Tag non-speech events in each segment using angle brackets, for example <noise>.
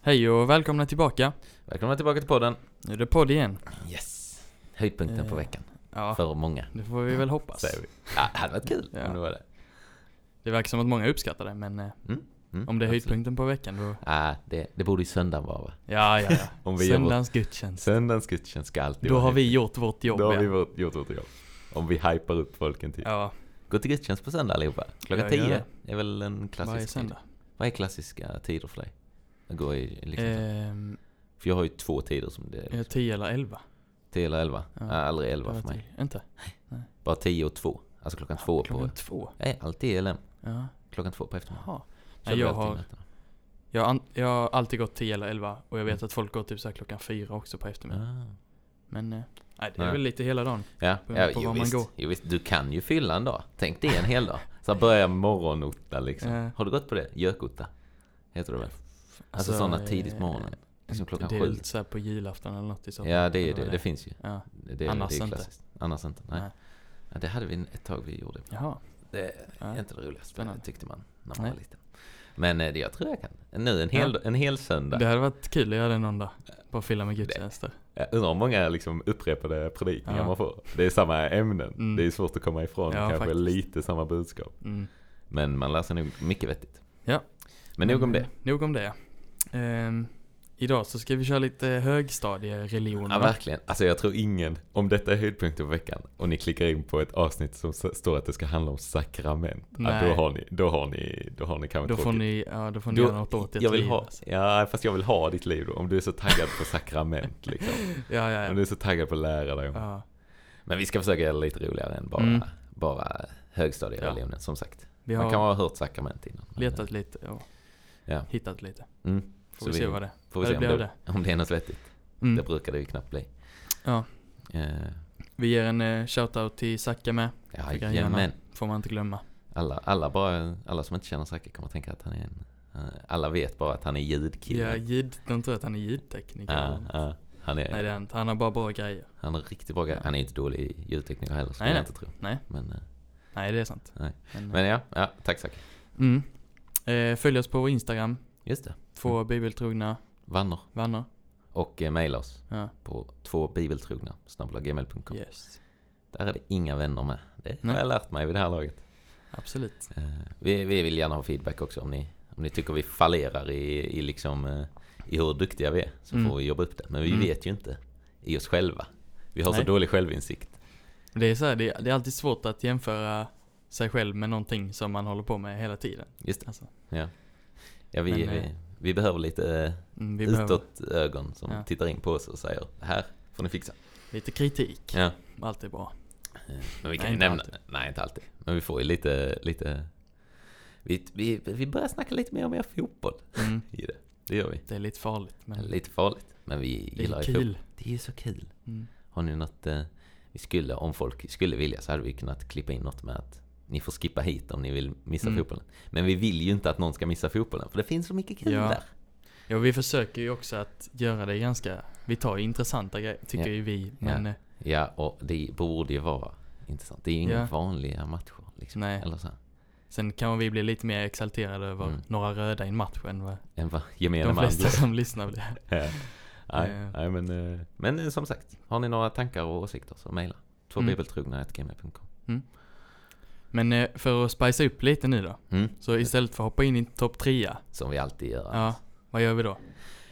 Hej och välkomna tillbaka. Välkomna tillbaka till podden. Nu är det podd igen. Yes. Höjdpunkten Eh, på veckan. Ja, För många, det får vi väl hoppas. säger vi. Ja, det hade varit kul Ja. om det var det. Det verkar som att många uppskattar det, men eh, Mm, om det är absolut. höjdpunkten på veckan då... Ja, det, det borde ju söndagen vara va? Ja, ja, ja. <laughs> Om vi gör vårt- Söndagens gudstjänst. Söndagens gudstjänst ska alltid Då vara har vi höjdpunkt. gjort vårt jobb, Då har vi ja. vårt- gjort vårt jobb. Om vi hypar upp folken till. ja. Gå till gudstjänst på söndag allihopa. Klockan Jag gör 10 är väl en klassisk Varje tid. söndag. Vad är klassiska tider för dig? Att gå i, liksom, så. Ehm, För jag har ju två tider som det är. eh, Liksom. 10 eller 11. 10 eller 11. Ja. Ja. aldrig Jag 11 vet för mig. inte. Inte? Bara 10 och 2. Alltså klockan 2 på... Klockan två? Jag är alltid LM. Ja. Klockan 2 på eftermiddagen. Jaha. Kör Nej, vi jag alltid har, nätterna. jag, har an, jag har alltid gått 10 eller 11 och jag vet Mm. att folk går typ så här klockan 4 också på eftermiddagen. Ah. Men eh, nej, det är Nej. väl lite hela dagen. Ja, Beroende ja på jo, var man visst, går. jo visst. Du kan ju fylla en dag. Tänk dig en hel dag. Så här börja med morgonotta liksom. Ja. Har du gått på det? Gökotta? Heter det väl? Alltså, sådana tidigt på morgonen. Liksom klockan eh, det är sju. väl så här på julafton eller något i så fall. Ja, det är Eller det. vad Det finns ju. Ja. Det, det, Annars det är ju inte. klassiskt. Annars inte. Nej. Nej. Ja, det hade vi en- ett tag vi gjorde. Jaha. Det är Ja. inte det roligaste Spännande. tyckte man när man Nej. var liten. Men eh, det, jag tror jag kan. Nu en hel, Ja. en hel söndag. Det hade varit kul att göra det någon dag. Bara fylla med gudstjänster. Jag undrar hur många liksom, upprepade predikningar Ja. man får. Det är samma ämnen. Mm. Det är svårt att komma ifrån. Ja, Kanske faktiskt. lite samma budskap. Mm. Men man lär sig nog mycket vettigt. Ja. Men nog om det. eh, Nog om det. Ehm, idag så ska vi köra lite högstadiereligion. Ja, va? verkligen. Alltså jag tror ingen, om detta är höjdpunkten på veckan och ni klickar in på ett avsnitt som s- står att det ska handla om sakrament. Ja, Nej. då har ni, då har ni, då har ni kanske då, får tråkigt. ni, ja, då får ni Då- göra något åt ert jag vill liv, ha, alltså. ja fast jag vill ha ditt liv då, om du är så taggad <laughs> på sakrament liksom. Ja, ja, Om ja. du är så taggad på att lära dig om. ja. Men vi ska försöka göra det lite roligare än bara, Mm. bara högstadiereligionen som sagt. Vi Man kan har ha hört sakrament innan. men- letat lite och Ja. hittat lite. Mm. Får Så vi se vi- vad det Får vi Ja, det se om blir det, om det är något vettigt. Det mm. brukar det ju knappt bli. Ja. Eh, Vi ger en eh, shoutout till Zacke med. Tycker jag gärna. Jajamän. Får man inte glömma. Alla, alla, bara, alla som inte känner Zacke kommer att tänka att han är en... eh, Alla vet bara att han är Ja, ljudkille. ljud, de tror att han är ljudtekniker. Ja, ja. han, Nej det är, är han inte. Han har bara bra grejer. han är riktigt bra. grej. Han är inte dålig i ljudtekniker heller, skulle Nej, jag nej. inte tro. Nej. Men, eh, Nej det är sant. Nej. Men, men ja, ja, tack Zacke. mm. eh, följ oss på vår Instagram. Just det. Två bibeltrogna Vannor. vänner. Och eh, mejla oss Ja. på två bibeltrogna snabel-a gmail.com. Yes. Där är det inga vänner med. Det Nej. har jag lärt mig vid det här laget. Absolut. Eh, Vi, vi vill gärna ha feedback också om ni, om ni tycker vi fallerar i, i, liksom, eh, i hur duktiga vi är. Så Mm. får vi jobba upp det. Men vi Mm. vet ju inte i oss själva. Vi har Nej. så dålig självinsikt. Det är så här, det, det är alltid svårt att jämföra sig själv med någonting som man håller på med hela tiden. Just det. Alltså, Ja, vi, Men, eh, vi, vi behöver lite mm, vi vi behöver utåt ögon som Ja. tittar in på oss och säger det här får ni fixa. lite kritik. Ja. Allt är bra. Eh, Men vi Nej, kan ju inte nämna, alltid. nej inte alltid. Men vi får ju lite, lite vi, vi, vi börjar snacka lite mer och mer fotboll Mm. i det. Det gör vi. Det är lite farligt men Lite farligt, men vi det gillar är ju fotboll. kul. Det är ju så kul. Mm. Har ni något eh, vi skulle, om folk skulle vilja så hade vi kunnat klippa in något med att ni får skippa hit om ni vill missa Mm. fotbollen. Men vi vill ju inte att någon ska missa fotbollen för det finns så mycket kul Ja. där. Ja, vi försöker ju också att göra det ganska, vi tar ju intressanta grejer, tycker Ja. ju vi. Men eh, Ja, och det borde ju vara intressant. Det är ju inga Ja. vanliga matcher liksom. Nej. Eller så här. sen kan vi bli lite mer exalterade över Mm. några röda i en match än vad En va- gemene de man. flesta som lyssnar blir. <laughs> Ja. Nej, Eh. nej, men, eh, men eh, som sagt, har ni några tankar och åsikter så mejla. Mm. Tvåbibeltrogna.gmail.com Men eh, för att spicea upp lite nu då. mm. Så istället för att hoppa in i topp trea. Som vi alltid gör. Ja, vad gör vi då?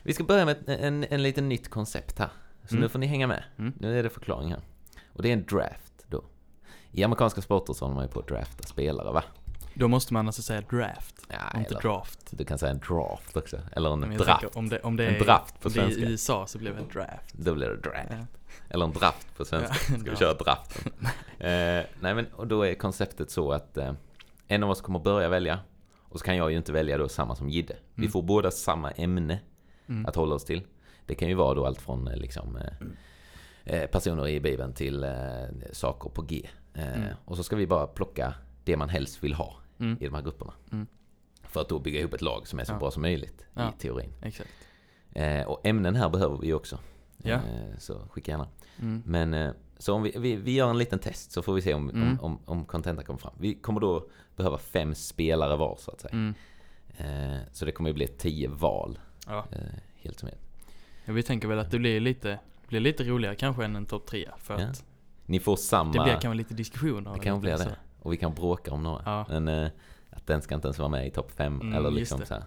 Vi ska börja med en, en, en liten nytt koncept här. Så Mm. nu får ni hänga med. Mm. Nu är det förklaring här. Och det är en draft då. I amerikanska sporter så håller man ju på att drafta spelare va? Då måste man alltså säga draft. Ja, och inte eller- draft. Du kan säga en draft också. Eller en Men jag draft. tänker om det, om det En är, draft på om det är svenska. i USA så blir det draft. Då blir det draft. Ja. Eller en draft på svenska. Ja, Ska vi draft. <laughs> köra draften? eh, nej men och då är konceptet så att eh, en av oss kommer börja välja. Och så kan jag ju inte välja då samma som Gidde. Vi Mm. får båda samma ämne Mm. att hålla oss till. Det kan ju vara då allt från eh, liksom, eh, eh, personer i Bibeln till eh, saker på G. Eh, Mm. Och så ska vi bara plocka det man helst vill ha Mm. i de här grupperna. Mm. För att då bygga ihop ett lag som är så Ja. bra som möjligt Ja. i teorin. Exakt. Eh, och ämnen här behöver vi ju också. Ja. Eh, så skicka gärna. Mm. Men eh, så om vi, vi, vi gör en liten test så får vi se om, Mm. om, om, om contenta kommer fram. Vi kommer då behöva fem spelare var så att säga. Mm. Eh, så det kommer ju bli tio val Ja. Eh, helt som helst. Ja, Vi tänker väl att det blir lite, blir lite roligare kanske än en topp tre För Ja, att Ni får det samma... blir kanske lite diskussion av Det kan bli lite det. Och vi kan bråka om några. Ja. Men eh, att den ska inte ens vara med i topp fem Mm, eller just liksom det. så här.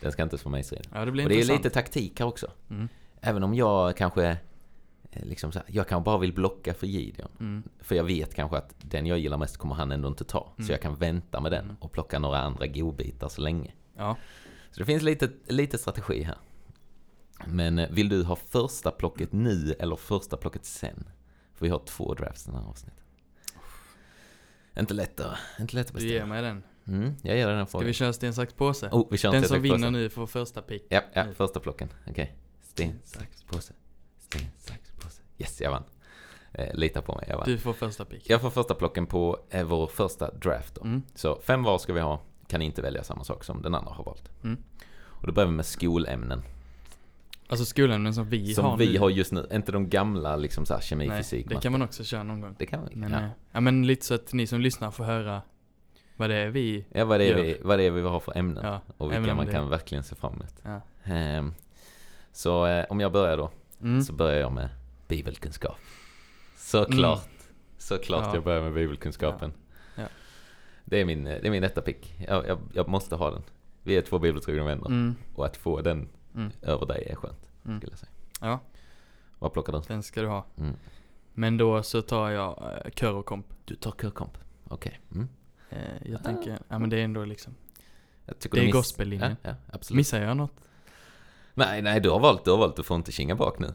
Den ska inte ens vara med i striden. så. Ja, det blir Och det är ju intressant. lite taktik här också. Mm. Även om jag kanske eh, liksom så här, jag kanske bara vill blocka för Gideon. Mm. För jag vet kanske att den jag gillar mest kommer han ändå inte ta. Mm. Så jag kan vänta med den Mm. och plocka några andra godbitar så länge. Ja. Så det finns lite, lite strategi här. Men eh, vill du ha första plocket nu eller första plocket sen? För vi har två drafts den här avsnittet. Inte lätt att, inte lätt att Du ger bestämma. mig den. Mm, jag ger dig den Ska frågan. vi köra sten, sax, påse? oh, vi kör en den sten, som sax, vinner påse. nu får första pick. Ja, ja, nu. första plocken. Okej. Sten, sax, påse. Sten, sax, påse. Yes, jag vann. Eh, lita på mig, jag vann. Du får första pick. Jag får första plocken på eh, vår första draft då. Mm. Så fem var ska vi ha. Kan inte välja samma sak som den andra har valt. Mm. Och då börjar vi med skolämnen. Alltså skolämnen som vi som har vi nu. har just nu. Inte de gamla liksom så här kemi, Nej, fysik, det matte. kan man också köra någon gång. Det kan vi. Men, ja. ja. Ja, men lite så att ni som lyssnar får höra vad det är vi... ja, vad det är gör. vi, vad det är vi har för ämnen. Ja, och vilka ämnen man det- kan verkligen se fram emot. Ja. Ehm, så eh, om jag börjar då. Mm. Så börjar jag med bibelkunskap. Såklart. Såklart Mm. Ja. jag börjar med bibelkunskapen. Ja. Ja. Det är min, det är min etta pick. Jag, jag, jag måste ha den. Vi är två bibeltrogna vänner. Mm. Och att få den Mm. över dig är skönt. Mm. Skulle jag säga. Ja, Vad plockar du? den ska du ha. Mm. Men då så tar jag eh, kör och komp. Du tar körkomp. Okej. Mm. Eh, jag tänker, ja men det är ändå liksom. Jag tycker Det du är miss- gospellinjen. Ja, ja, absolut. Missar jag något? Nej, nej, du har valt. Du har valt. Du får inte kinga bak nu.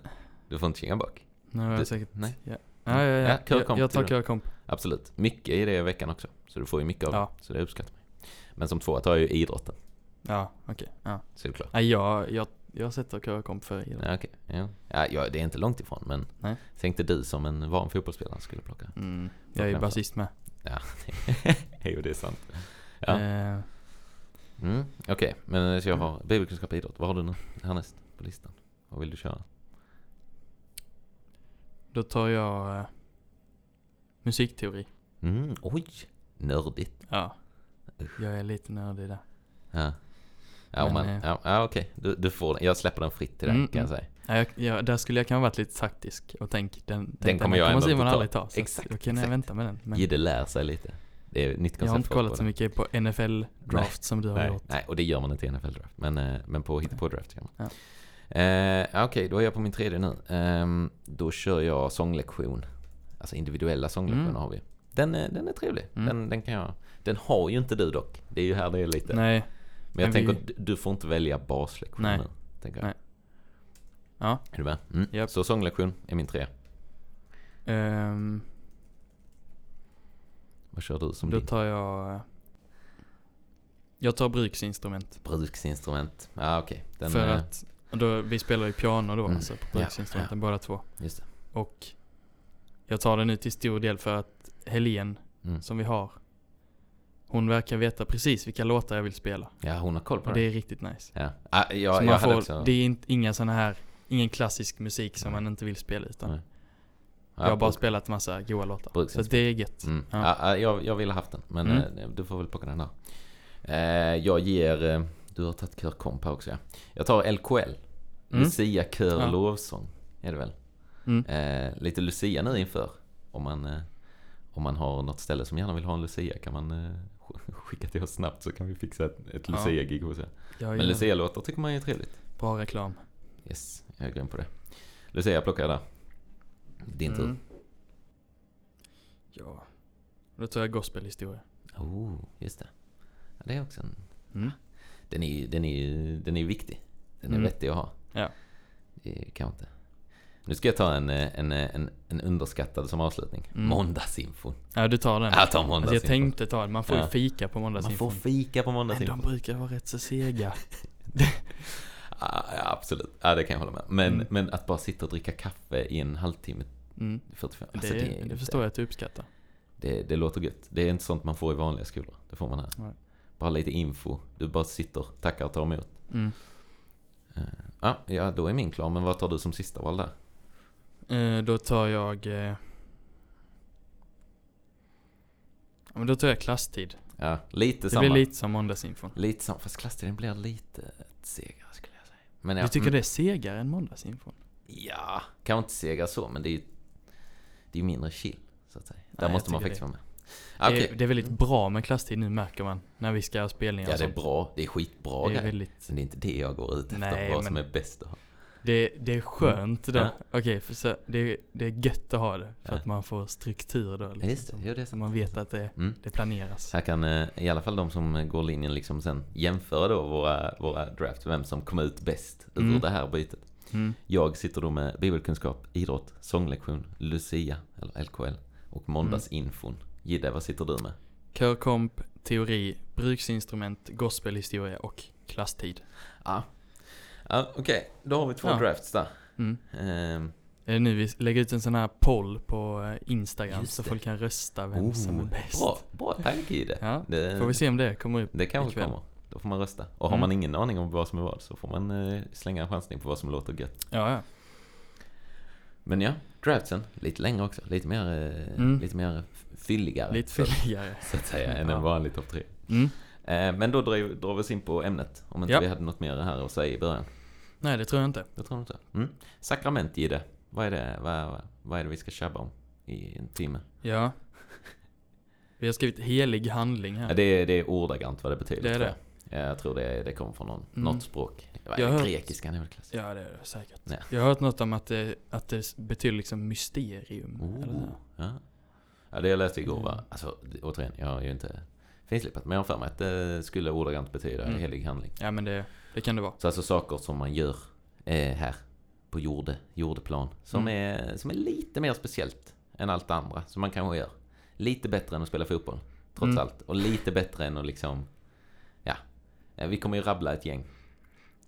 Du får inte kinga bak. Nu har Du- jag säkert... nej. Ja, ja, ja. Ja, ja. kör och jag, komp jag tar till kör och komp. Absolut. Mycket i det i veckan också. Så du får ju mycket av Ja. det. Så det uppskattar man. ju. Men som tvåa tar jag ju idrotten. Ja, okej. Ja. Såklart. Nej, jag, jag, jag sätter kör och komp för idrott. Ja, okej. Ja. Ja, ja, det är inte långt ifrån, men Nej. tänkte du som en van fotbollsspelare skulle plocka. Mm. Jag är ju Klockan så. basist med. jo, det är sant. Ja. Eh, Mm, Okej, men så jag har bibelkunskap och idrott. Vad har du nu härnäst på listan? Vad vill du köra? då tar jag eh, musikteori. Mm, oj! Nördigt. Ja. Jag är lite nördig där. Ja, ja, om Men, man, eh, ja, ja okej. Du, du får den. Jag släpper den fritt till dig, Mm, kan jag mm. säga. Nej, jag, jag, där skulle jag kanske varit lite taktisk och tänkt den, tänkt kommer jag ändå Simon inte ta. aldrig ta. Så Exakt, exakt. Då kan jag exakt. vänta med den. Men Gidde lär sig lite. Det är ett nytt koncept jag har inte för oss kollat så båda. mycket på NFL-draft som du har Nej, gjort. nej, och det gör man inte i NFL-draft. Men, eh, men på hittepå-draft gör man. Ja. Eh, Okej, då är jag på min tredje nu. Ehm, då kör jag sånglektion. Alltså individuella sånglektioner Mm. har vi. Den är, den är trevlig. Mm. Den, den kan jag. Den har ju inte du dock. Det är ju här det är lite. Nej, men jag men tänker, vi- att du- du får inte välja baslektion Nej. nu. Tänker jag. Nej. ja. Är du med? Mm. Japp. Så sånglektion är min tre. ehm, Vad kör du som då din? tar jag... eh, Jag tar bruksinstrument. Bruksinstrument. Ja, okej. Den, för eh, att då, vi spelar ju piano då, Mm. alltså på Ja, bruksinstrumenten båda två. Just det. Och jag tar det nu till stor del för att Helen Mm. som vi har, hon verkar veta precis vilka låtar jag vill spela. Ja, hon har koll på Och det. det är riktigt nice. Ja. Ah, jag, så jag man hade får, också... Det är inte, inga sådana här, ingen klassisk musik som Nej. man inte vill spela utan. Nej. Ja, jag har bara bruk- spelat massa goa låtar. Så bruksinstrument. att det är gött. Mm. Ja. Ja. ja, jag, jag ville haft den, men Mm. eh, du får väl plocka den här. Eh, jag ger... Eh, du har tagit kör komp här också ja. Jag tar LKL. Mm. Lucia, kör, Ja. lovsång. Är det väl? Mm. Eh, lite Lucia nu inför. Om man, eh, om man har något ställe som gärna vill ha en Lucia kan man eh, <laughs> sk- skicka till oss snabbt så kan vi fixa ett, ett Ja. Lucia-gig hos er. Jag Men gillar det. Lucia-låtar tycker man är trevligt. Bra reklam. Yes, jag har glömt på det. Lucia plockar jag där. Din tur. Mm. Ja. Då tar jag gospelhistoria. Oh, just det. Ja, det är också en... Mm. Den är ju den är, ju- den är ju viktig. Den är Mm. vettig att ha. Ja. Det kan jag inte. Nu ska jag ta en, eh, en, eh, en, en underskattad som avslutning. Mm. Måndagsinfon. Ja, du tar den. Jag tar alltså, jag måndagsinfon. tänkte ta den. Man får Ja. ju fika på Man måndagsinfon. får fika på Men de måndagsinfon. brukar vara rätt så sega. Ah, ja, absolut. Ja, det kan jag hålla med. Men, Mm. men att bara sitta och dricka kaffe i en halvtimme, Mm. 45. Det, det, förstår jag att du uppskattar. Det, det låter gött. Det är inte sånt man får i vanliga skolor. Det får man här. Nej. Bara lite info. Du bara sitter, tackar och tar emot. Mm. Ah, ja, då är min klar. Men vad tar du som sista val där? Eh, då tar jag... Eh... ja, Men då tar jag klasstid. Ja, lite Det samma. blir lite som måndagsinfon. Lite som, fast klasstiden blir lite segare skulle jag säga. Men Du jag, tycker det är segare än måndagsinfon? Ja, kanske inte sega så, men det är ju det är ju mindre chill. Så att säga. Där jag måste man tycker faktiskt det. vara med. Ah, Okej, Det, är, det är väldigt bra med klasstid nu märker man. När vi ska ha spelningar ja och det är sånt. bra. Det är skitbra alltså- Det är grejer. väldigt... Men det är inte det jag går ut efter, Nej, vad som men- är bäst att ha. Det, det är skönt då. Mm. Ja. Okej, för så, det, det är gött att ha det. För Ja. att man får struktur då. Ja, Liksom, just det, jo, det är så sant. man vet att det, Mm. det planeras. Här kan eh, i alla fall de som går linjen liksom sen jämföra då våra, våra draft, vem som kom ut bäst ur Mm. det här bytet. Mm. Jag sitter då med bibelkunskap, idrott, sånglektion, Lucia, eller LKL, och måndagsinfon. Gidde, vad sitter du med? Körkomp, teori, bruksinstrument, gospelhistoria och klasstid. Ja. ja Okej, då har vi två Ja. drafts där. Mm. Ehm, Är det nu vi lägger ut en sån här poll på eh, Instagram Just så det. folk kan rösta vem som är oh, bäst. Bra, bra tanke i det. Ja, det Får vi se om det kommer upp. Det kanske ikväll. kommer. Då får man rösta. Och har Mm. man ingen aning om vad som är vad så får man eh, slänga en chansning på vad som låter gött. Ja, ja. Men ja, draftsen. Lite längre också. Lite mer, eh, Mm. lite mer fylligare. Lite så, fylligare. så att säga, än Ja. en vanlig topp tre. Mm. Eh, men då drar, drar vi oss in på ämnet. Om inte Ja. vi hade något mer här att säga i början. Nej, det tror jag inte. Jag tror inte. Mm. Sakrament i det. Vad är det, vad, vad är det vi ska tjabba om i en timme? Ja. Vi har skrivit helig handling Ja. här. det, är, det är ordagrant vad det betyder. Det är tror jag. Jag tror det, det kommer från någon, Mm. något språk. Vad Jag har är det? hört- Grekiskan är väl klassiskt? Ja, det är det säkert. Ja. Jag har hört något om att det, att det betyder liksom mysterium. Eller Oh, så. ja. ja, det jag läste igår var, Mm. alltså det- återigen, jag är ju inte finslipad, men jag har för mig att det skulle ordagrant betyda Mm. helig handling. Ja, men det, det kan det vara. Så alltså saker som man gör eh, här på jorde, jordeplan, Mm. som, är, som är lite mer speciellt än allt det andra som man kanske gör. Lite bättre än att spela fotboll, trots Mm. allt. Och lite bättre än att liksom, ja. Eh, Vi kommer ju rabbla ett gäng.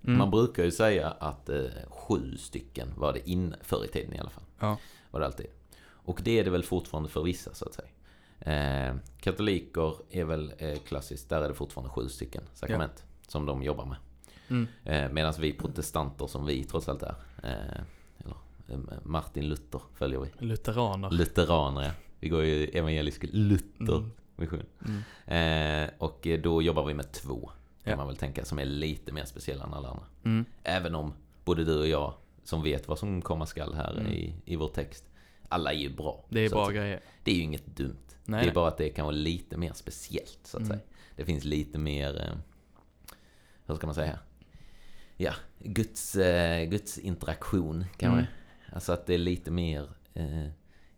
Mm. Man brukar ju säga att eh, sju stycken var det in, förr i tiden i alla fall. Ja. Var det alltid. Och det är det väl fortfarande för vissa så att säga. Eh, katoliker är väl eh, klassiskt, där är det fortfarande sju stycken sakrament som de jobbar med. Mm. Eh, Medan vi protestanter som vi trots allt är, eh, eller, eh, Martin Luther följer vi. Lutheraner. Lutheraner ja. Vi går ju evangelisk Mm. Luther-mission. Mm. Eh, och eh, då jobbar vi med två, kan Ja. man väl tänka, som är lite mer speciella än alla andra. Mm. Även om både du och jag, som vet vad som komma skall här Mm. i, i vår text, alla är ju bra. Det är så bra att, grejer. Det är ju inget dumt. Nej, det är nej. bara att det kan vara lite mer speciellt, så att Mm. säga. Det finns lite mer, eh, hur ska man säga? Ja, Guds, eh, Guds interaktion kanske. Mm. Alltså att det är lite mer eh,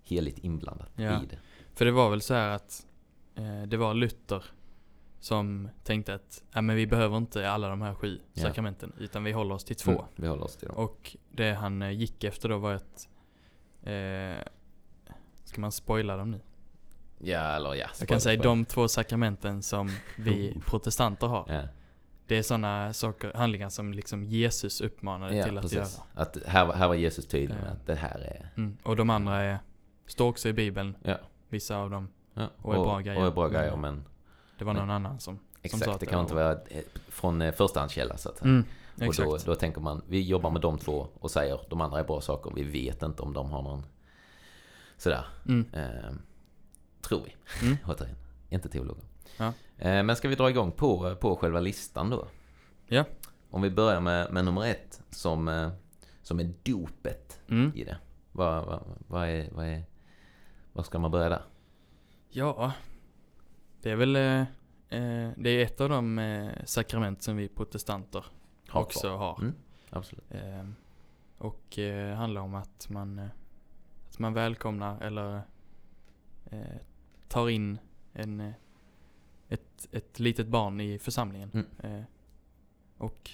heligt inblandat Ja. Mm. i det. För det var väl så här att eh, det var Luther som tänkte att ja, men vi behöver inte alla de här sju Ja. sakramenten utan vi håller oss till två. Mm, vi håller oss till dem. Och det han eh, gick efter då var att eh, Ska man spoila dem nu? Ja, eller ja. Jag kan spoiler, säga spoiler. de två sakramenten som vi protestanter har. Ja. Det är sådana saker, handlingar som liksom Jesus uppmanade till att göra. Att här, här var Jesus tydlig med Ja. att det här är... Mm. Och de andra är, står också i Bibeln, Ja. vissa av dem. ja, Och är bra grejer. Mm. Och är bra grejer, Men- men Det var Men- någon annan som, som sa exakt. att Det kan inte vara eh, från eh, förstahandskälla så att säga. Mm, Och exakt. då, då tänker man, vi jobbar med de två och säger de andra är bra saker. Vi vet inte om de har någon... Sådär. Mm. Eh, tror vi. Mm. Återigen. Inte teologer. Ja. Eh, men ska vi dra igång på, på själva listan då? Ja. Om vi börjar med, med nummer ett som, eh, som är dopet Mm. i det. Vad, vad, vad, är, vad, är, vad ska man börja där? Ja, det är väl eh, eh, det är ett av de eh, sakrament som vi protestanter Ha också kvar. har. Mm, absolut. Eh, och eh, handlar om att man, eh, att man välkomnar eller eh, tar in en, eh, ett, ett litet barn i församlingen. Mm. Eh, och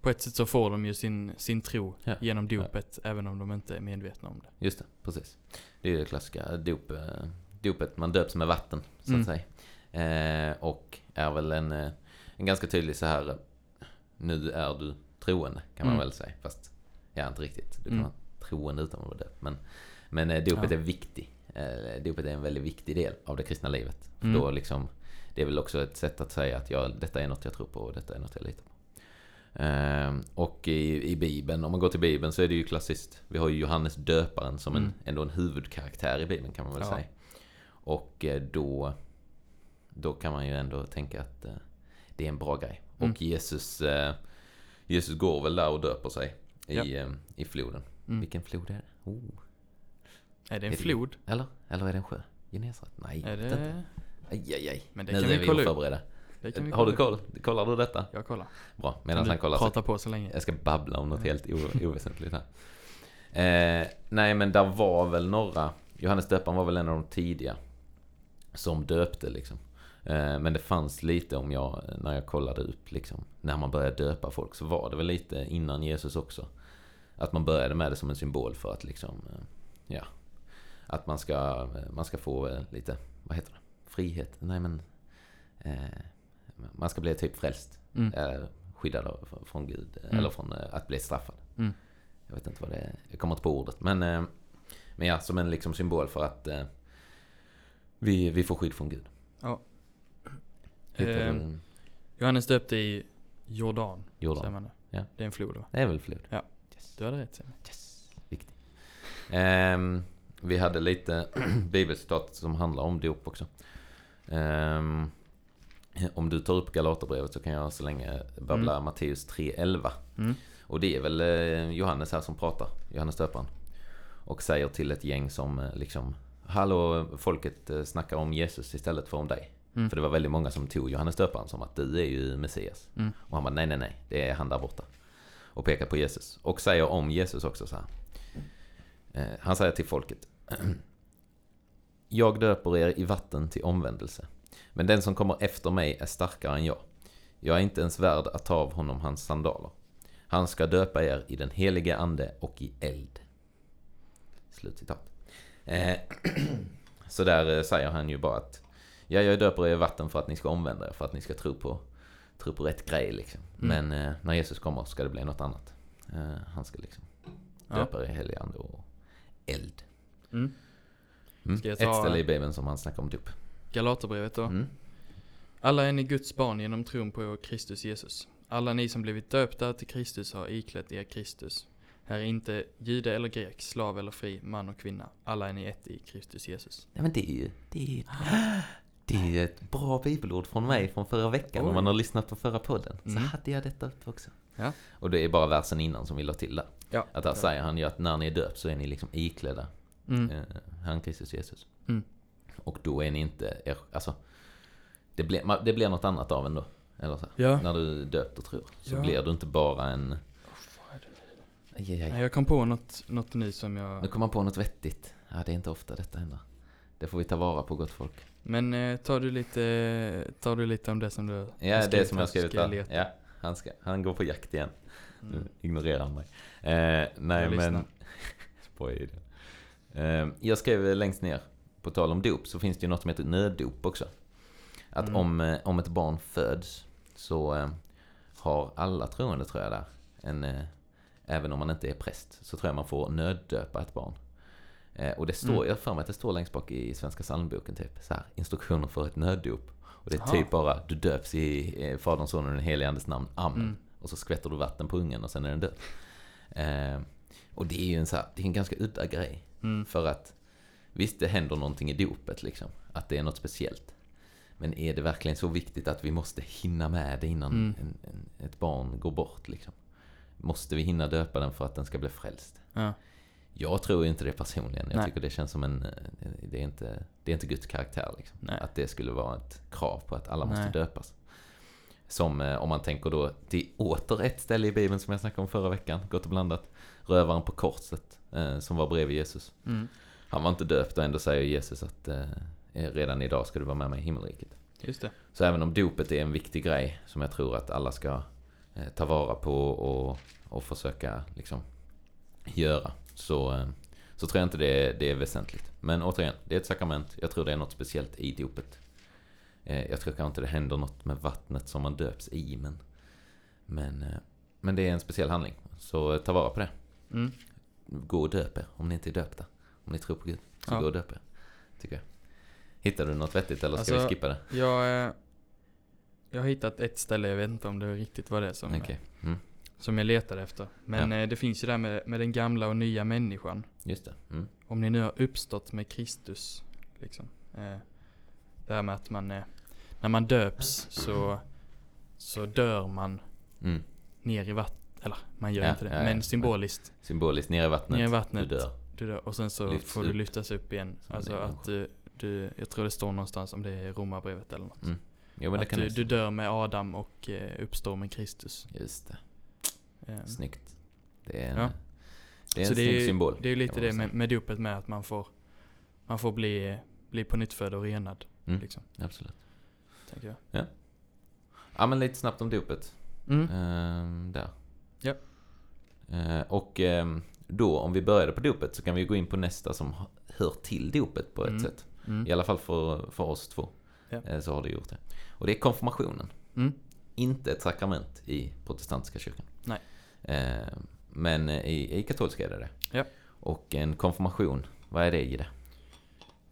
på ett sätt så får de ju sin, sin tro Ja, genom ja. dopet även om de inte är medvetna om det. Just det, precis. Det är ju det klassiska dop, eh, dopet. Man döps med vatten, så Mm. att säga. Eh, och är väl en, eh, en ganska tydlig så här, eh, nu är du troende, kan man Mm. väl säga. Fast, ja inte riktigt. Du kan Mm. vara troende utan att vara döpt. Men, men eh, dopet Ja. är viktig. Eh, dopet är en väldigt viktig del av det kristna livet. För Mm. Då liksom, det är väl också ett sätt att säga att jag, detta är något jag tror på och detta är något jag litar på. Ehm, och i, i Bibeln, om man går till Bibeln så är det ju klassiskt. Vi har ju Johannes döparen som en, Mm. ändå en huvudkaraktär i Bibeln kan man väl Ja. säga. Och eh, då, då kan man ju ändå tänka att eh, det är en bra grej. Mm. Och Jesus, eh, Jesus går väl där och döper sig i, Ja. eh, i floden. Mm. Vilken flod är det? Oh. Är det en Är det- flod? Eller? Eller är det en sjö? Genesaret? Nej, Är jag vet inte. det... Aj, aj, aj. Men det nu kan är vi kolla upp. oförberedda. det kan vi Har du kolla upp. koll? Kollar du detta? Jag kollar. Bra, medan Kan han du kollar så Prata på så länge. Jag ska babbla om något helt o- oväsentligt här. Eh, nej, men där var väl några. Johannes döparen var väl en av de tidiga som döpte liksom. Eh, men det fanns lite om jag, när jag kollade upp liksom, när man började döpa folk så var det väl lite innan Jesus också. Att man började med det som en symbol för att liksom, eh, ja. Att man ska, man ska få eh, lite, vad heter det? Frihet? Nej men, eh, man ska bli typ frälst Mm. är skyddad av, fr- från Gud. eh, Mm. Eller från eh, att bli straffad. Mm. Jag vet inte vad det är. Jag kommer inte på ordet. Men, eh, men ja, som en liksom symbol för att eh, vi, vi får skydd från Gud. Heter Eh, det- Johannes döpte i Jordan. Säger Jordan. man det. Ja. Det är en flod va? Det är väl flod? Ja. Yes. Du hade rätt Simon. yes. Viktigt. Ehm, vi hade lite <clears throat> bibelcitat som handlar om dop också. Ehm, om du tar upp Galaterbrevet så kan jag så länge babbla Mm. Matteus 3.11. Mm. Och det är väl eh, Johannes här som pratar, Johannes döparen. Och säger till ett gäng som eh, liksom Hallå, folket eh, snackar om Jesus istället för om dig. Mm. För det var väldigt många som tog Johannes döparen som att du är ju Messias. Mm. Och han bara nej, nej, nej, det är han där borta. Och pekar på Jesus. Och säger om Jesus också så här. Eh, Han säger till folket. Jag döper er i vatten till omvändelse. Men den som kommer efter mig är starkare än jag. Jag är inte ens värd att ta av honom hans sandaler. Han ska döpa er i den helige ande och i eld. Slutcitat. Eh, <clears throat> så där eh, säger han ju bara att ja, jag döper er i vatten för att ni ska omvända er, för att ni ska tro på, tro på rätt grej liksom. Mm. Men eh, när Jesus kommer ska det bli något annat. Eh, han ska liksom Ja. döpa er i helig ande och eld. Mm. Mm. Ska jag Ett ta- ställe i Bibeln som han snackar om dop. Galaterbrevet då. Mm. Alla är ni Guds barn genom tron på Kristus Jesus. Alla ni som blivit döpta till Kristus har iklätt er Kristus. Här är inte jude eller grek, slav eller fri, man och kvinna. Alla är ni ett i Kristus Jesus. Nej men det är ju... Det är ju det är ju ett bra bibelord från mig från förra veckan. Om Oj. man har lyssnat på förra podden så Mm. hade jag detta uppe också. Ja. Och det är bara versen innan som vi la till där. Ja. Att där säger han ju att när ni är döpt så är ni liksom iklädda Mm. eh, han Kristus Jesus. Mm. Och då är ni inte... Er, alltså, det blir, man- det blir något annat av ändå. Eller så. här. Ja. När du är döpt och tror. Så Ja. blir du inte bara en... Aj, aj, aj. Nej, Jag kom på något, något nu som Nu jag... kommer man på något vettigt. Ja, det är inte ofta detta händer. Det får vi ta vara på, gott folk. Men eh, tar du lite, tar du lite om det som du har Ja, det skrivit som här jag så skrivit ska jag där. leta. Ja, han, ska, han går på jakt igen. Mm. Nu ignorerar han mig. Eh, nej, Jag men... <laughs> lyssnar. Spoj i det. Eh, jag skrev längst ner, på tal om dop, så finns det ju något som heter nöddop också. Att Mm. om, eh, om ett barn föds så eh, har alla troende, tror jag, där en... Eh, även om man inte är präst, så tror jag man får nöddöpa ett barn. Eh, och det står, Mm. jag har för mig att det står längst bak i Svenska psalmboken typ så här, instruktioner för ett nöddop. Och det är Aha. typ bara, du döps i eh, Faderns, Sonens och den helige Andes namn, Amen. Mm. Och så skvätter du vatten på ungen och sen är den död. Eh, och det är ju en, så här, det är en ganska udda grej. Mm. För att visst, det händer någonting i dopet liksom. Att det är något speciellt. Men är det verkligen så viktigt att vi måste hinna med det innan Mm. en, en, ett barn går bort liksom? Måste vi hinna döpa den för att den ska bli frälst? Ja. Jag tror ju inte det personligen. Jag Nej. tycker det känns som en... eh, Det är inte, det är inte Guds karaktär liksom. Nej. Att det skulle vara ett krav på att alla måste Nej. döpas. Som eh, om man tänker då, det är åter ett ställe i Bibeln som jag snackade om förra veckan, gott och blandat. Rövaren på korset eh, som var bredvid Jesus. Mm. Han var inte döpt och ändå säger Jesus att eh, redan idag ska du vara med mig i himmelriket. Just det. Så även om dopet är en viktig grej som jag tror att alla ska eh, ta vara på och, och försöka liksom göra. Så, eh, så tror jag inte det är, det är väsentligt. Men återigen, det är ett sakrament. Jag tror det är något speciellt i dopet. Eh, jag tror kanske inte det händer något med vattnet som man döps i, men, men, eh, men det är en speciell handling. Så eh, ta vara på det. Mm. Gå och döp er om ni inte är döpta. Om ni tror på Gud, så Ja. gå och döp er. Tycker jag. Hittar du något vettigt eller ska Alltså, vi skippa det? Jag, eh, jag har hittat ett ställe, jag vet inte om det riktigt var det som, Okej. Mm. som jag letade efter. Men eh, det finns ju där med, med den gamla och nya människan. Just det. Mm. Om ni nu har uppstått med Kristus. Liksom. Eh, det här med att man, eh, när man döps så, så dör man Mm. ner i vattnet. Eller man gör Ja, inte det. ja, ja. men symboliskt. Symboliskt, ner i vattnet. Ner i vattnet. Du dör. Du dör, och sen så Lyfts får du upp. lyftas upp igen. Som alltså en egen att du, du, jag tror det står någonstans om det är i Romarbrevet eller något. Mm. Jo, men det att kan du, du, du dör med Adam och eh, uppstår med Kristus. Just det. Eh, Snyggt. Det är en, Ja. det är så en det snygg är, ju- symbol. Det är ju lite kan man det säga. med, med dopet med att man får, man får bli, bli på nytt född och renad. Mm. Liksom, Absolut. tänker jag. Ja, men lite snabbt om dopet. Mm. Ehm, där. Ja. Eh, och ehm, då, om vi började på dopet så kan vi gå in på nästa som h- hör till dopet på ett Mm. sätt. Mm. I alla fall för, för oss två. Ja. Eh, så har det gjort det. Och det är konfirmationen. Mm. Inte ett sakrament i protestantiska kyrkan. Nej. Ehm, men i, i katolska är det det. Ja. Och en konfirmation, vad är det i det?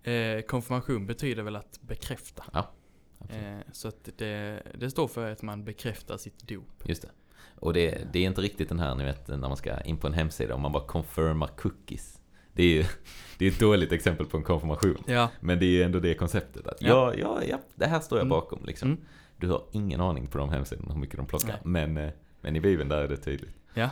Eh, konfirmation betyder väl att bekräfta. Absolut. Eh, så att det, det står för att man bekräftar sitt dop. Just det. Och det, det är inte riktigt den här, ni vet, när man ska in på en hemsida och man bara confirmar cookies. Det är ju <laughs> det är ett dåligt exempel på en konfirmation. Ja, Men det är ju ändå det konceptet. Att Ja. ja. Ja, ja, det här står jag Mm. bakom. Liksom. Mm. Du har ingen aning på de hemsidorna hur mycket de plockar. Nej. Men, eh, men i Bibeln där är det tydligt. Ja.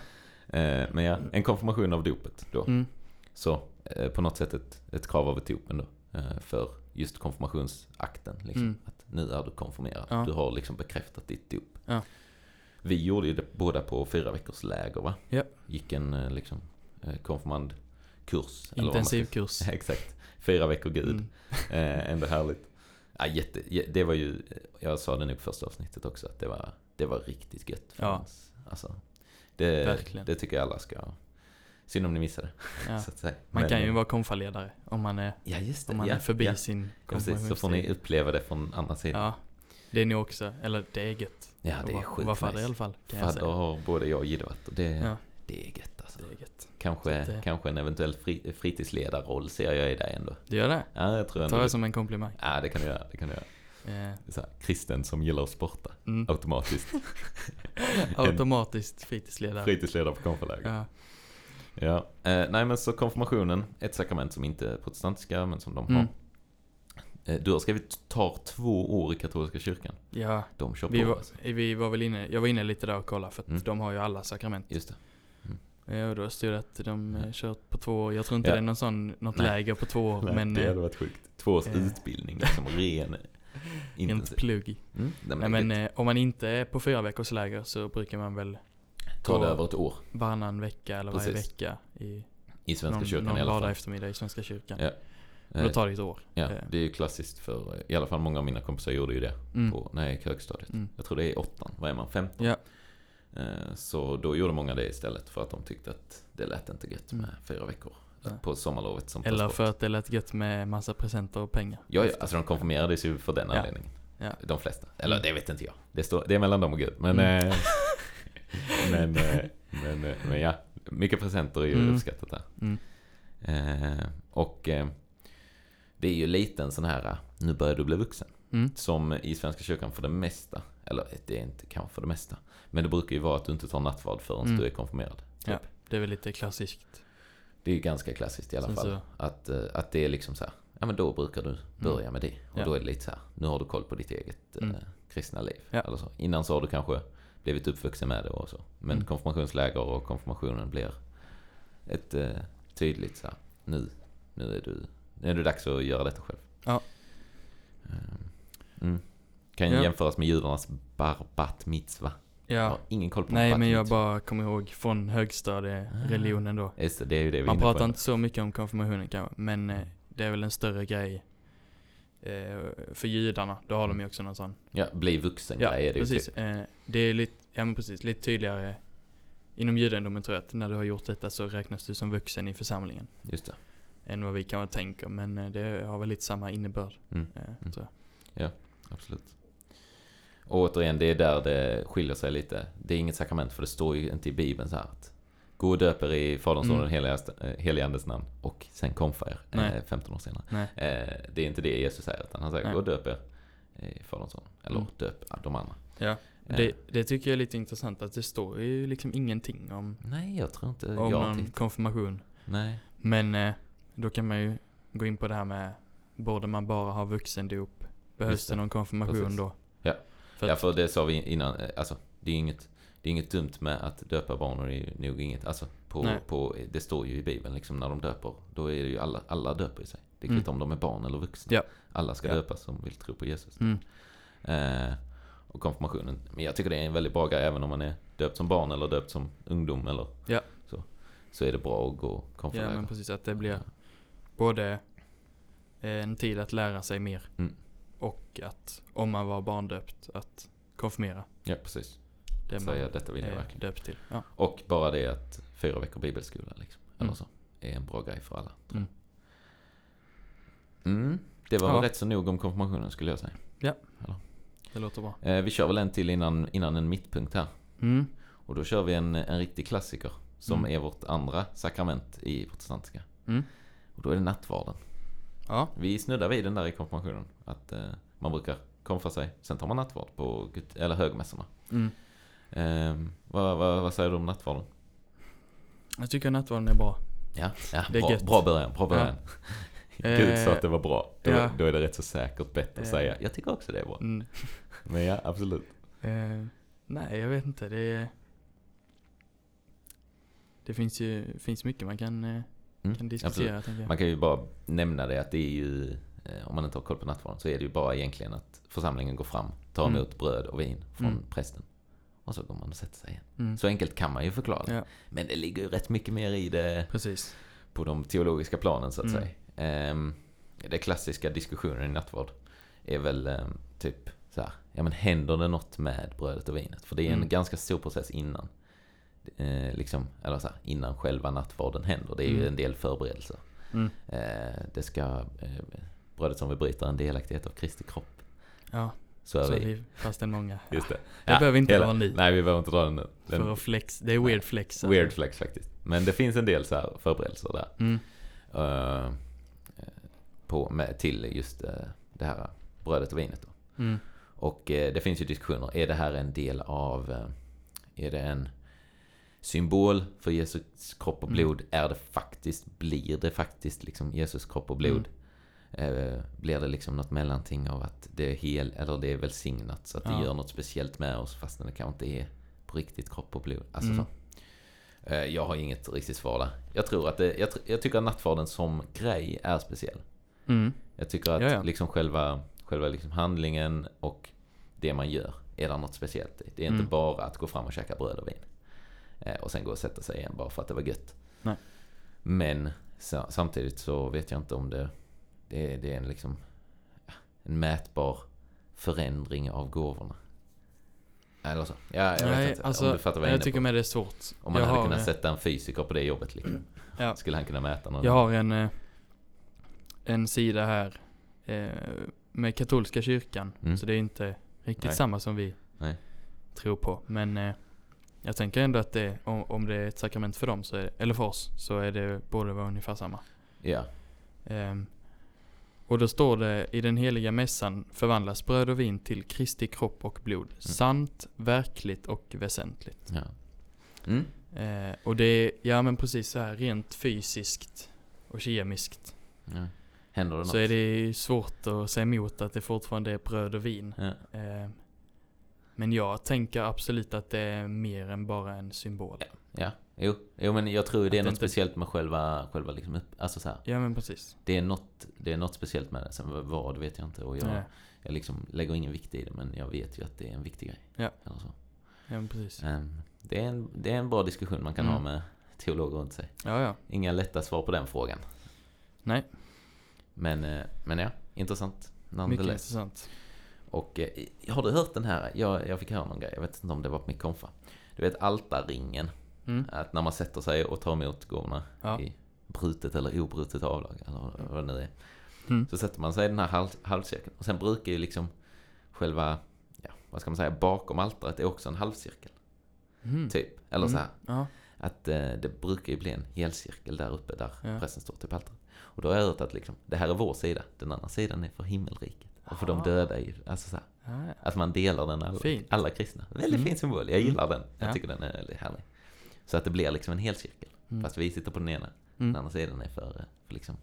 Eh, Men ja, en konfirmation av dopet då. mm. Så eh, på något sätt ett, ett krav av ett dop ändå. eh, För just konfirmationsakten. Liksom. Mm. Att nu är du konfirmerad. Ja. Du har liksom bekräftat ditt dop. Ja. Vi gjorde ju det båda på fyra veckors läger va? Ja. Gick en eh, liksom, eh, konfirmandkurs. eller vad man ska- intensivkurs. <laughs> Exakt. Fyra veckor gud. Mm. Eh, ändå härligt. Ja, jätte, jä- det var ju, eh, jag sa det nog på första avsnittet också, att det var, det var riktigt gött. för Ja. oss. Alltså, det, Verkligen. det tycker jag alla ska, synd om ni missade. Ja. Så att säga. Man Men- kan ju vara konfaledare om man är, Ja just det. om man ja, är förbi ja, sin precis, så får ni konfirmationstid. uppleva det från andra sidan. Ja, det är nog också, eller det är gött. Ja, det är att vara- vara fadder i alla skitnice. fall kan jag Fadder säga. har både jag och Jidde varit och det, Ja. det är gött alltså. Det är gött. Så Kanske, att det- kanske en eventuell fri, fritidsledarroll ser jag i dig ändå. Du gör det? Ja, jag tror ändå Tar det. jag som en komplimang. Ja, det kan du göra. Det kan du göra. Eh, Så här, kristen som gillar <laughs> att sporta. mm. Automatiskt. <laughs> Automatiskt fritidsledare. Fritidsledare på konfaläger. Ja. Ja. Eh, nej men så konfirmationen, ett sakrament som inte är protestantiska men som de Mm. har. Eh, du har skrivit tar två år i katolska kyrkan. ja, De kör vi på. var, Alltså. vi var väl inne, jag var inne lite där och kollade för att Mm. de har ju alla sakrament. Just det. Ja, och då stod det att de Ja. eh, kört på två år. Jag tror inte Ja. det är någon sån, något Nej. läger på två år, <laughs> Nej, men det eh, hade varit sjukt. Två års eh, utbildning, liksom <laughs> ren rent intensiv. plugg. Mm, nej, Nej men men det- eh, om man inte är på fyra veckors läger så brukar man väl tar det eh, då- över ett år varannan vecka eller varje Precis. vecka i i Svenska någon, kyrkan någon i alla fall. vardag eftermiddag i Svenska kyrkan. Ja. Och då Eh, tar det ett år. ja, eh. det är ju klassiskt för, eh, i alla fall många av mina kompisar gjorde ju det Mm. på, när jag gick högstadiet. Mm. Jag tror det är åttan, vad är man, femton? Ja. Eh, Så då gjorde många det istället för att de tyckte att det lät inte gött med fyra veckor Nej. på sommarlovet som tas Mm. Eller bort. för att det lät gött med massa presenter och pengar. Ja, ja, alltså de konfirmerades ju för den Ja. anledningen. Ja. De flesta. Eller Mm. det vet inte jag. Det, står, det är mellan dem och Gud. Men, Mm. eh, <laughs> men, eh, men, eh, men ja, mycket presenter är ju Mm. uppskattat där. Mm. Eh, Och eh, det är ju lite en sån här, eh, nu börjar du bli vuxen. Mm. Som i Svenska kyrkan för det mesta, eller det är inte kanske för det mesta, men det brukar ju vara att du inte tar nattvard förrän Mm. du är konfirmerad. Ja. Det är väl lite klassiskt. Det är ju ganska klassiskt i alla Sen fall. så- Mm. Att, eh, att det är liksom så här, ja men då brukar du börja med det. Och Ja. då är det lite så här, nu har du koll på ditt eget eh, Mm. kristna liv. Ja. Eller så. Innan så har du kanske blivit uppvuxen med det och så. Men Mm. konfirmationsläger och konfirmationen blir ett eh, tydligt så här, nu, nu är du, nu är det dags att göra detta själv. Ja. Eh, Mm. Kan ju Ja. jämföras med judarnas bar bat mitzva. Jag Ja. har ingen koll på Nej bat men jag mitzva. bara kommer ihåg från högstadiereligionen då. Just det, det är ju det Mm. vi är Man Ah, inne på pratar ändå. inte så mycket om konfirmationen kanske. Men eh, det är väl en större grej. eh, För judarna, då har de Mm. ju också någon sån. Ja, bli vuxen Ja, grej är det ju precis. typ. Eh, Det är lite, ja men precis, lite tydligare. Inom judendomen tror jag att när du har gjort detta så räknas du som vuxen i församlingen. Just det. Än vad vi kanske tänker. Men eh, det har väl lite samma innebörd. Mm. eh, Mm. Tror jag. Absolut. Och återigen, det är där det skiljer sig lite. Det är inget sakrament för det står ju inte i Bibeln så här att gå och döp er i Faderns, Mm. Sonens och Heliga- eh, Helige Andes namn och sen konfa er Nej. eh, 15 år senare. Nej. Eh, Det är inte det Jesus säger utan han säger Nej. gå och döp er i Faderns Son. Eller Mm. döp de andra. Ja. Eh, Det, det tycker jag är lite intressant att det står ju liksom ingenting om, Nej, jag tror inte om jag har någon tittat. konfirmation. Nej. Men eh, då kan man ju gå in på det här med, borde man bara ha vuxendop? Just Behövs det. det någon konfirmation Precis. då? Ja. För ja, att- för det sa vi innan. eh, Alltså, det är inget det är inget dumt med att döpa barn och det är ju nog inget, alltså på, Nej. på, det står ju i Bibeln liksom när de döper, då är det ju alla, alla döper i sig. Det är Mm. kvittar om de är barn eller vuxna. Ja. Alla ska Ja. döpas som vill tro på Jesus. Mm. Eh, och konfirmationen. Men jag tycker det är en väldigt bra grej även om man är döpt som barn eller döpt som ungdom eller Ja. så. Så är det bra att gå Ja men konfirmation. precis att det blir både eh, en tid att lära sig mer Mm. och att om man var barndöpt att konfirmera Ja, precis. det man Säga detta vill jag är verkligen. döpt till. Ja. Och bara det att fyra veckor bibelskola liksom, eller Mm. så, är en bra grej för alla. tror Mm. jag. Mm. Det var Ja. väl rätt så nog om konfirmationen skulle jag säga. Det låter bra. Eh, vi kör väl en till innan, innan en mittpunkt här. Mm. Och då kör vi en, en riktig klassiker som Mm. är vårt andra sakrament i protestantiska. Mm. Och då är det nattvarden. Ja. Vi snuddar vid den där i konfirmationen. Att eh, man brukar konfa sig, sen tar man nattvard på gud, eller högmässorna. Mm. Eh, vad, vad, vad säger du om nattvarden? Jag tycker nattvarden är bra. Ja, ja Det är bra, gött. bra början. Bra början. <laughs> Gud sa att det var bra. Då, Eh, ja. då är det rätt så säkert bättre att Eh. säga jag tycker också det är bra. Mm. Men ja, absolut. Eh, nej, jag vet inte. Det, är- det finns ju finns mycket man kan, eh, Mm, kan absolut. diskutera. tänker jag. Man kan ju bara nämna det att det är ju, eh, om man inte har koll på nattvarden, så är det ju bara egentligen att församlingen går fram, tar Mm. emot bröd och vin från Mm. prästen. Och så går man och sätter sig igen. Mm. Så enkelt kan man ju förklara det. Ja. Men det ligger ju rätt mycket mer i det Precis. på de teologiska planen så att Mm. säga. Ehm, det klassiska diskussionen i nattvard är väl ehm, typ så här, ja men händer det något med brödet och vinet? För det är en Mm. ganska stor process innan. Eh, liksom, eller så här, innan själva nattvarden händer. Det är ju Mm. en del förberedelser. Mm. Eh, det ska, eh, brödet som vi bryter är en delaktighet av Kristi kropp. Ja, Så är så vi. vi, fast en många. Just det. Jag behöver inte dra den nu. Nej, vi behöver inte dra den nu. Den, För att flex. Det är weird flex. alltså. weird flex faktiskt. Men det finns en del så här förberedelser där. Mm. eh, eh, på, med, till just eh, det här brödet och vinet. Då. Mm. Och eh, det finns ju diskussioner. Är det här en del av... eh, Är det en symbol för Jesus kropp och Mm. blod? Är det faktiskt, blir det faktiskt liksom Jesus kropp och blod? Mm. Eh, Blir det liksom något mellanting av att det är hel eller det är välsignat så att det Ja. gör något speciellt med oss fastän det kanske inte är på riktigt kropp och blod. Alltså Mm. så. Eh, Jag har inget riktigt svar där. Jag tror att det, jag, tr- jag tycker att nattvarden som grej är speciell. Mm. Jag tycker att Ja, ja. liksom själva, själva liksom handlingen och det man gör är där något speciellt i. Det är Mm. inte bara att gå fram och käka bröd och vin. Eh, och sen gå och sätta sig igen bara för att det var gött. Nej. Men sa- samtidigt så vet jag inte om det... Det är, det är en liksom... ja, En mätbar förändring av gåvorna. Eller så. Ja, jag vet Nej, inte. alltså, om du fattar vad jag jag, är inne tycker på. med det är svårt. Om man jag, hade har, kunnat eh, sätta en fysiker på det jobbet liksom. Ja. Skulle han kunna mäta någon? jag har en, eh, en sida här eh, med katolska kyrkan. Mm. Så det är inte riktigt Nej. samma som vi Nej. tror på. Men eh, jag tänker ändå att det, om, om det är ett sakrament för dem, så är, eller för oss, så är det borde vara ungefär samma. Ja. Ehm, och då står det i den heliga mässan förvandlas bröd och vin till Kristi kropp och blod. Mm. Sant, verkligt och väsentligt. ja. Mm. Eh, och det är, ja men precis så här rent fysiskt och kemiskt. Ja. Händer det något? Så är det ju svårt att säga emot att det fortfarande är bröd och vin. Ja. Eh, men jag tänker absolut att det är mer än bara en symbol. Ja, jo. jo men jag tror ju det är Att det något inte- speciellt med själva, själva liksom, upp- alltså så här, Ja men precis. det, är något, det är något speciellt med det. Sen vad- vad vet jag inte och jag, Nej, jag liksom lägger ingen vikt i det men jag vet ju att det är en viktig grej. Ja. Eller så. ja men precis. Ehm, det, är en, det är en bra diskussion man kan Mm. ha med teologer runt sig. Ja ja. Inga lätta svar på den frågan. Nej. Men, eh, men ja, intressant. Mycket Nonetheless. intressant. Och eh, har du hört den här? Jag, jag fick höra någon grej, jag vet inte om det var på min konfa. Du vet altarringen. Mm. Att när man sätter sig och tar emot gåvorna Ja. i brutet eller obrutet avlag, eller vad det nu är. Mm. Så sätter man sig i den här halv, halvcirkeln. Och sen brukar ju liksom själva, ja, vad ska man säga, bakom altaret är också en halvcirkel. Mm. Typ. Eller så här, Mm. Ja. att eh, det brukar ju bli en helcirkel där uppe där Ja. prästen står till på altaret. Och då har jag hört att liksom, det här är vår sida, den andra sidan är för himmelriket. Och för de Aha. döda i, alltså så här, Ja, ja. att man delar den alla, Fint. alla kristna. Väldigt Mm. fin symbol, jag gillar den. Jag Ja. tycker den är väldigt härlig. Så att det blir liksom en helcirkel. Mm. Fast vi sitter på den ena, den Mm. andra sidan är för, eh, för liksom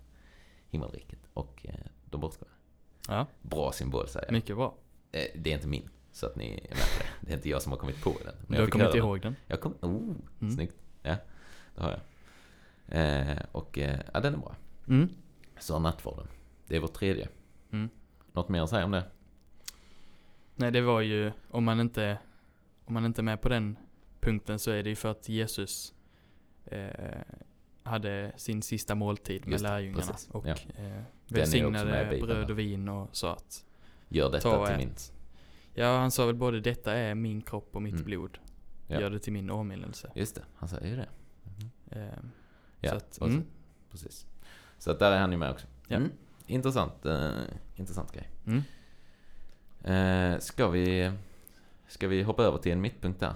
himmelriket och eh, de bortgångna. Ja, Bra symbol säger jag. Mm. mycket bra. Eh, Det är inte min. Så att ni är med på det. Det är inte jag som har kommit på den. Du jag har fick kommit höra ihåg den? Jag kom, oh, Mm. snyggt. Ja, det har jag. Eh, och eh, ja, den är bra. Mm. Så Nattvarden. Det är vår tredje. Mm. Något mer att säga om det? Nej, det var ju om man inte om man inte är med på den punkten så är det ju för att Jesus eh, hade sin sista måltid med Just det, lärjungarna precis. och Ja. eh, med i välsignade Bibeln, bröd va? och vin och sa att Gör Ta detta och till ät. min... ja, han sa väl både detta är min kropp och mitt Mm. blod. Ja. Gör det till min åminnelse. Just det, han säger ju det. Mm. Eh, Ja, så att, och så- mm, precis. Så att där är han ju med också. Ja. Mm. Intressant, eh, intressant grej. mm. Eh, ska, vi, ska vi hoppa över till en mittpunkt där?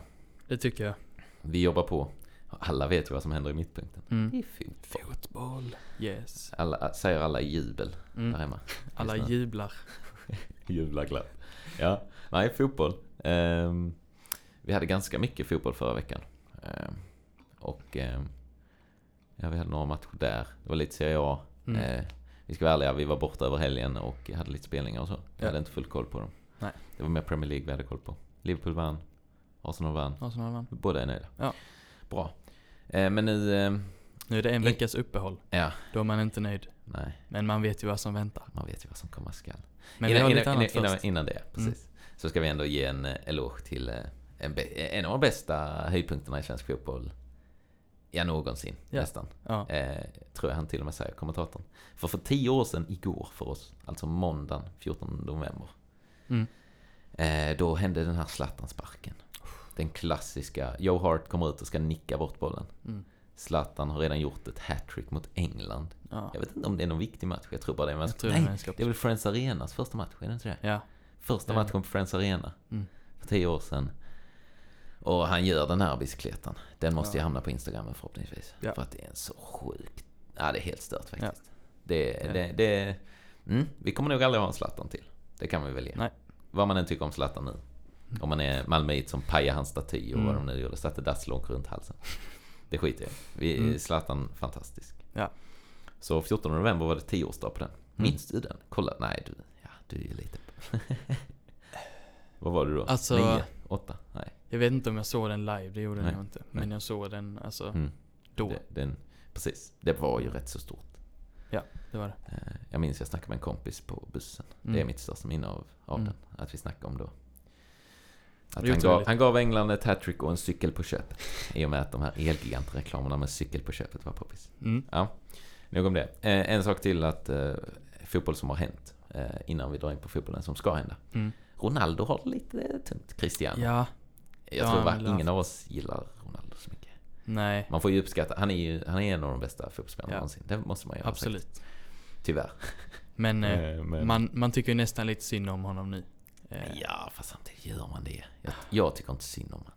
Det tycker jag. Vi jobbar på. Alla vet ju vad som händer i mittpunkten. Mm. Det är fotboll. Fotboll. Yes. Alla, säger alla i jubel där Mm. hemma. Alla Just jublar. Jubla glatt. Ja, nej fotboll. Ehm, vi hade ganska mycket fotboll förra veckan. Ehm, och ehm, ja, vi hade några matcher där. Det var lite Serie A. Mm. Eh, vi ska vara ärliga, vi var borta över helgen och hade lite spelningar och så. Vi Ja. hade inte full koll på dem. Nej. Det var mer Premier League vi hade koll på. Liverpool vann, Arsenal vann. Arsenal vann. Båda är nöjda. Ja. Bra. Eh, men nu... ehm, Nu är det en I- veckas uppehåll. ja, Då är man inte nöjd. nej. Men man vet ju vad som väntar. Man vet ju vad som komma skall. Men vi innan, har innan, lite annat innan, först. Mm. innan, innan det, precis. Så ska vi ändå ge en eh, eloge till eh, en, be- en av de bästa höjdpunkterna i svensk fotboll. Ja, någonsin. Ja. Nästan. Ja. Eh, tror jag han till och med säger, kommentatorn. För för tio år sedan, igår för oss, alltså måndagen 14 november, Mm. eh, då hände den här Zlatan-sparken. Den klassiska, Joe Hart kommer ut och ska nicka bort bollen. Mm. Zlatan har redan gjort ett hattrick mot England. Ja. Jag vet inte om det är någon viktig match, jag tror bara det är en Jag match. tror det är Nej, mänskap. det är väl Friends Arenas första match, är det inte det? Ja. Första Det är matchen på Friends Arena Mm. för tio år sedan. Och han gör den här bicicleten. Den måste ju Ja. hamna på Instagram förhoppningsvis. Ja. För att det är en så sjuk... Ja, det är helt stört faktiskt. Det Det, är det, det, mm, vi kommer nog aldrig ha en Zlatan till. Det kan vi väl ge. Nej. Vad man än tycker om Zlatan nu. Om man är malmöit som pajar hans staty och vad de Mm. nu gjorde. Satte dasslånk runt halsen. Det skiter jag i. Vi- Mm. Zlatan, fantastisk. Ja. Mm. Så 14 november var det 10-årsdag på den. Minns du den? Kolla, nej du, ja, du är ju lite... <laughs> Vad var du då? Alltså- Nio? Åtta? Nej. Jag vet inte om jag såg den live, det gjorde Nej, jag nog inte. nej. Men jag såg den alltså Mm. då. Det, Det. den, precis. Det var ju rätt så stort. var det. Eh, Jag minns jag snackade med en kompis på bussen. Mm. Det är mitt största minne av, av Mm. den. Att vi snackade om då. Att Det är han, gav, otroligt. han gav England ett hattrick och en cykel på köpet. I och med att de här elgigantreklamerna med cykel på köpet var poppis. Mm. Nog om det. Eh, en sak till att eh, fotboll som har hänt. Eh, innan vi drar in på fotbollen som ska hända. Mm. Ronaldo har det lite tungt. Cristiano. Ja, jag ja, tror han bara har ingen av oss gillar Ronaldo så mycket. nej. Man får ju uppskatta. Han är ju han är en av de bästa fotbollsspelarna Ja. någonsin. Det måste man göra. Absolut. Tyvärr. Men, eh, Eh, men- Man, man tycker ju nästan lite synd om honom nu. Eh, Ja, fast samtidigt gör man det. Jag, jag tycker inte synd om honom.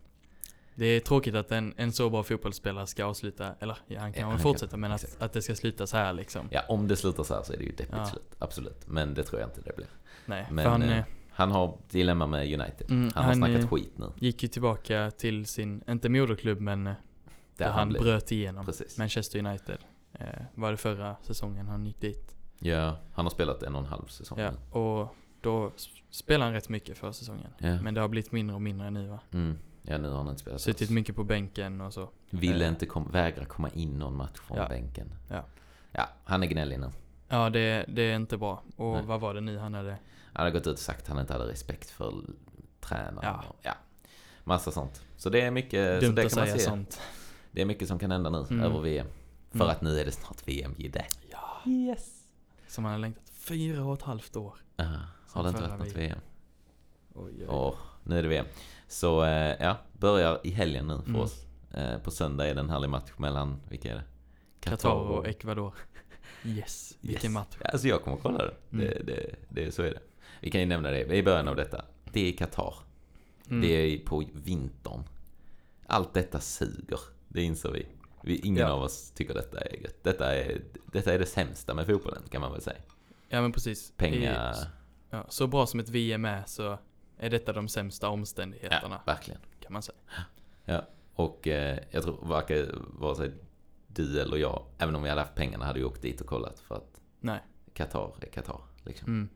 Det är tråkigt att en, en så bra fotbollsspelare ska avsluta, eller ja, han kan väl Ja, han kan- fortsätta men att, exakt. att det ska sluta så här liksom. Ja, om det slutar så här så är det ju deppigt Ja. slut. Absolut. Men det tror jag inte det blir. Nej, Men för han eh, eh, han har dilemma med United. Mm, han har han snackat är- skit nu. gick ju tillbaka till sin, inte moderklubb men eh, där han blev- bröt igenom. Precis. Manchester United eh, var det förra säsongen han gick dit. Ja, han har spelat en och en halv säsong Ja, nu. och då s- spelar han rätt mycket för säsongen. Ja. Men det har blivit mindre och mindre nu va? Mm. ja, nu har han inte spelat Suttit alls. mycket på bänken och så. Ville eh, inte kom, vägra komma in någon match från Ja. bänken. Ja. ja, han är gnällig nu. Ja, det, det är inte bra. Och Nej. Eh, vad var det nu han hade? Han har gått ut och sagt att han inte hade respekt för l- tränaren. Ja. och- ja. Massa sånt. Så det är mycket, så Dumt det att kan man säga se. sånt. Det är mycket som kan hända nu Mm. över VM. För Mm. att nu är det snart VM i det. Yes! Som han har längtat. Fyra och ett halvt år. Ah, har Som det inte förra varit VM. något VM? Oj, oj, oj. Åh, nu är det VM. Så eh, ja, börjar i helgen nu för Mm. oss. Eh, på söndag är det en härlig match mellan, vilka är det? Qatar och Ecuador. <laughs> Yes, Yes. vilken match. Ja, Alltså jag kommer kolla det. Det, Mm. det, det. Så är det. Vi kan ju nämna det i början av detta. Det är i Qatar. Mm. Det är på vintern. Allt detta suger. Det inser vi. vi ingen Ja. av oss tycker detta är gött. Detta är, detta är det sämsta med fotbollen kan man väl säga. Ja men precis. Pengar. I- ja, så bra som ett VM är så är detta de sämsta omständigheterna. Ja, verkligen. Kan man säga. Och eh, jag tror varken vare sig du eller jag, även om vi hade haft pengarna, hade ju åkt dit och kollat för att Nej. Qatar är Qatar. Liksom. Mm.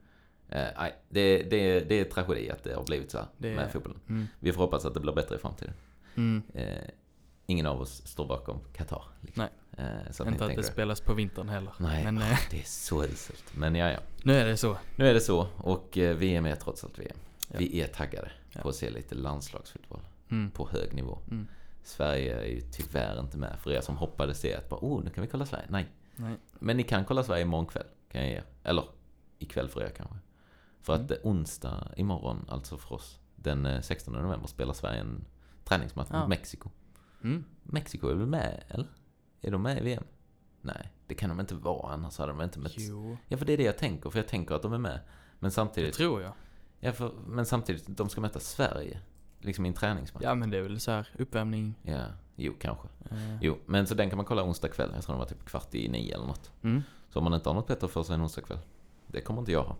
Eh, nej, det, det, det är tragedi att det har blivit så här Det är- med fotbollen. Mm. Vi får hoppas att det blir bättre i framtiden. Mm. Eh, ingen av oss står bakom Qatar. Liksom. Eh, så Inte att ni att det tänker det. spelas på vintern heller. Nej, Men eh, det är så uselt. Men ja, ja. nu är det så. Nu är det så och eh, VM är trots allt VM. Ja. Vi är taggade Ja. på att se lite landslagsfotboll Mm. på hög nivå. Mm. Sverige är ju tyvärr inte med. För er som hoppades det att bara, oh, nu kan vi kolla Sverige. Nej. Nej. Men ni kan kolla Sverige imorgon kväll. Kan jag ge er. Eller ikväll för er kanske. För att Mm. eh, onsdag imorgon, alltså för oss, den eh, 16 november spelar Sverige en träningsmatch Ja. mot Mexiko. Mm. Mexiko är väl med, eller? Är de med i VM? Nej, det kan de inte vara, annars hade de inte mötts. Jo, Ja, för det är det jag tänker, för jag tänker att de är med. Men det samtidigt, tror jag. ja, för, men samtidigt de ska möta Sverige. Liksom i en träningsmatch. Ja men det är väl så här uppvärmning. ja. Jo, kanske. eh, Jo, men så den kan man kolla onsdag kväll. Jag tror den var typ kvart i nio eller något. Mm. Så om man inte har något bättre för sig en onsdag kväll. Det kommer inte jag ha.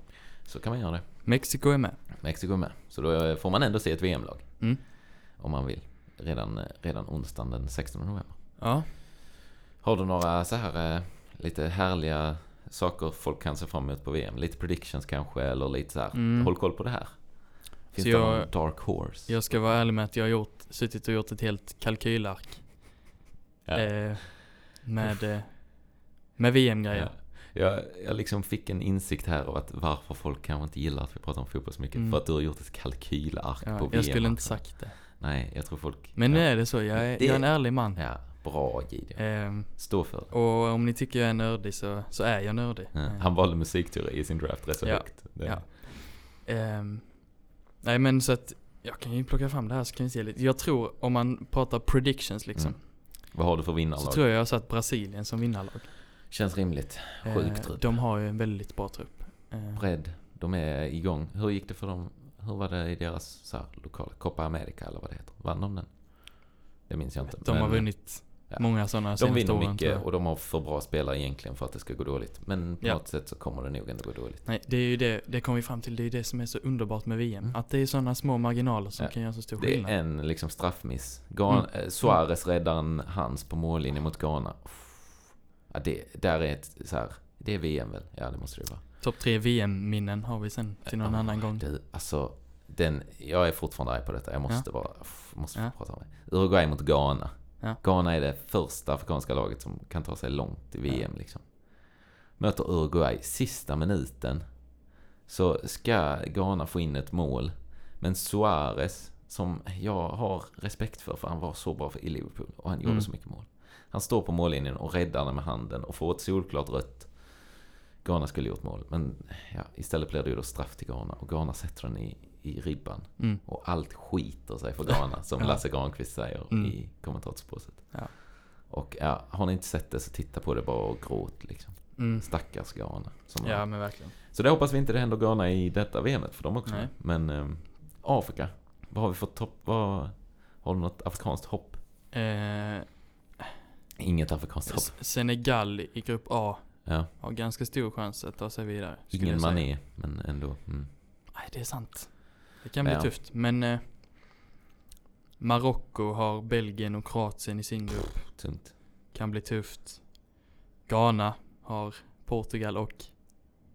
Så kan man göra det. Mexiko är med. Mexiko är med. Så då eh, får man ändå se ett VM-lag. Mm. Om man vill. Redan, eh, redan onsdagen den 16 november. Ja. Har du några så här eh, lite härliga saker folk kan se fram emot på VM? Lite predictions kanske eller lite så här. Mm. Håll koll på det här. Finns Så det jag- någon dark horse? Jag ska vara ärlig med att jag har gjort, suttit och gjort ett helt kalkylark. Ja. Eh, med, eh, med VM-grejer. Eh, Jag, jag liksom fick en insikt här av att varför folk kanske inte gillar att vi pratar om fotboll så mycket. Mm. För att du har gjort ett kalkylark Ja, på jag VM. skulle inte också. sagt det. Nej, jag tror folk... Men nu ja. är det så. Jag är, Det- jag är en ärlig man. ja, bra Gideon. Ehm, Stå för det. och om ni tycker jag är nördig så, så är jag nördig. Ja. Eh, Han valde musikteori i sin draft rätt så Ja. högt. Det, Ja. ehm, nej men så att jag kan ju plocka fram det här så kan vi se lite. Jag tror om man pratar predictions liksom. Mm, Vad har du för Så vinnarlag? tror jag jag har satt Brasilien som vinnarlag. Känns rimligt. Sjuk Eh, trupp. De har ju en väldigt bra trupp. Eh, Bredd. De är igång. Hur gick det för dem? Hur var det i deras så här, lokala? Copa America eller vad det heter. Vann de den? Det minns jag inte. De har men- vunnit ja. många sådana De senaste vinner åren. tror mycket jag. och de har för bra spelare egentligen för att det ska gå dåligt. Men på Ja. något sätt så kommer det nog ändå gå dåligt. Nej, det är ju det, det kom vi fram till, det är ju det som är så underbart med VM. Mm. Att det är sådana små marginaler som Ja. kan göra så stor Det är skillnad. Mm. en liksom straffmiss. Gan, eh, Suarez räddar en hans på mållinjen mot Ghana. Uff. Ja, det, där är ett så här, det är VM väl? Ja, det måste det vara. Topp tre VM-minnen har vi sen till någon Ja, annan gång. Du, alltså, den, jag är fortfarande arg på detta. Jag måste bara, uff, måste Ja. få prata om det. Uruguay mot Ghana. Ja. Ghana är det första afrikanska laget som kan ta sig långt i VM liksom. Möter Uruguay sista minuten. Så ska Ghana få in ett mål. Men Suarez, som jag har respekt för, för han var så bra för i Liverpool och han gjorde Mm. så mycket mål. Han står på mållinjen och räddar den med handen och får ett solklart rött. Ghana skulle gjort mål, men ja, istället blir det ju då straff till Ghana och Ghana sätter den i, i ribban. Mm. Och allt skiter sig <laughs> för Ghana, som Ja. Lasse Granqvist säger Mm. i kommentatorspåset. Ja. Och ja, har ni inte sett det så titta på det bara och gråt liksom. Mm. Stackars Ghana. Som Ja men verkligen. Så det hoppas vi inte det händer Ghana i detta VMet för dem också. Nej. Men ehm, Afrika, vad har vi för topp? Vad, har du något afrikanskt hopp? Eh, Inget afrikanskt hopp. S- Senegal i grupp A Ja, har ganska stor chans att ta sig vidare. skulle ingen jag säga. mané, men ändå. Mm. Nej, det är sant. Det kan Ja. bli tufft. Men eh, Marocko har Belgien och Kroatien i sin grupp. Tungt. Kan bli tufft. Ghana har Portugal och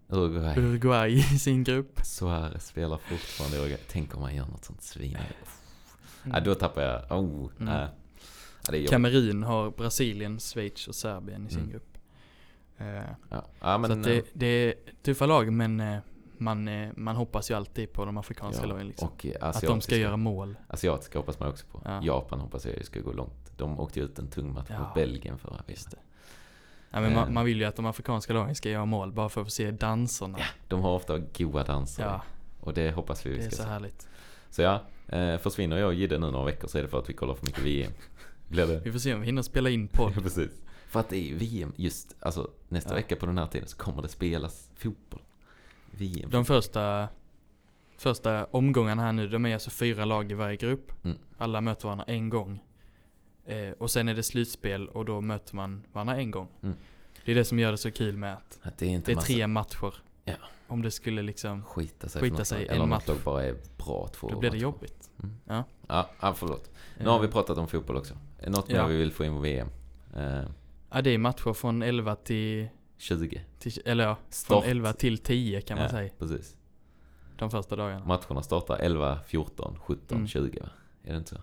Uruguay. Uruguay i sin grupp. Suarez spelar fortfarande i Uruguay. Tänk om han gör något sånt svin. Ja, då tappar jag. Oh, Mm. nej. Ja, det är jobbigt. Kamerun har Brasilien, Schweiz och Serbien i sin Mm. grupp. Eh, Ja. Ja, men, så att eh, det, det är tuffa lag men eh, man, eh, man hoppas ju alltid på de afrikanska ja, lagen. Liksom. Och eh, Att asiatiska, de ska göra mål. asiatiska hoppas man också på. Ja. Japan hoppas jag ju ska gå långt. De åkte ju ut en tung match Ja, mot Belgien förra Just veckan. det. Ja, men Eh. man, man vill ju att de afrikanska lagen ska göra mål bara för att få se danserna. Ja, De har ofta goa danser. Och det hoppas vi vi det är ska så se. härligt. Så ja, eh, försvinner jag och Jidde nu några veckor så är det för att vi kollar för mycket VM. Blir det? <laughs> Vi får se om vi hinner spela <laughs> in Ja, podd. precis. För att det är ju VM just, alltså nästa Ja. vecka på den här tiden så kommer det spelas fotboll. VM. De första, första omgångarna här nu, de är alltså fyra lag i varje grupp. Mm. Alla möter varandra en gång. Eh, och sen är det slutspel och då möter man varandra en gång. Mm. Det är det som gör det så kul med att Att det är inte det är massa tre matcher. Ja. Om det skulle liksom, skita sig, skita för något sig lag. en Eller något match. lag bara är bra två då blir det matcher. jobbigt. Mm. Ja. Ja, ja, förlåt. Nu har vi Eh, pratat om fotboll också. Är Något mer Ja. vi vill få in på VM? Eh, ja, det är matcher från 11 till, 20. till eller ja, Start. från 11 till 10 kan man Ja, säga. Precis. de första dagarna. Matcherna startar 11, 14, 17, Mm. 20 va? Är det inte så?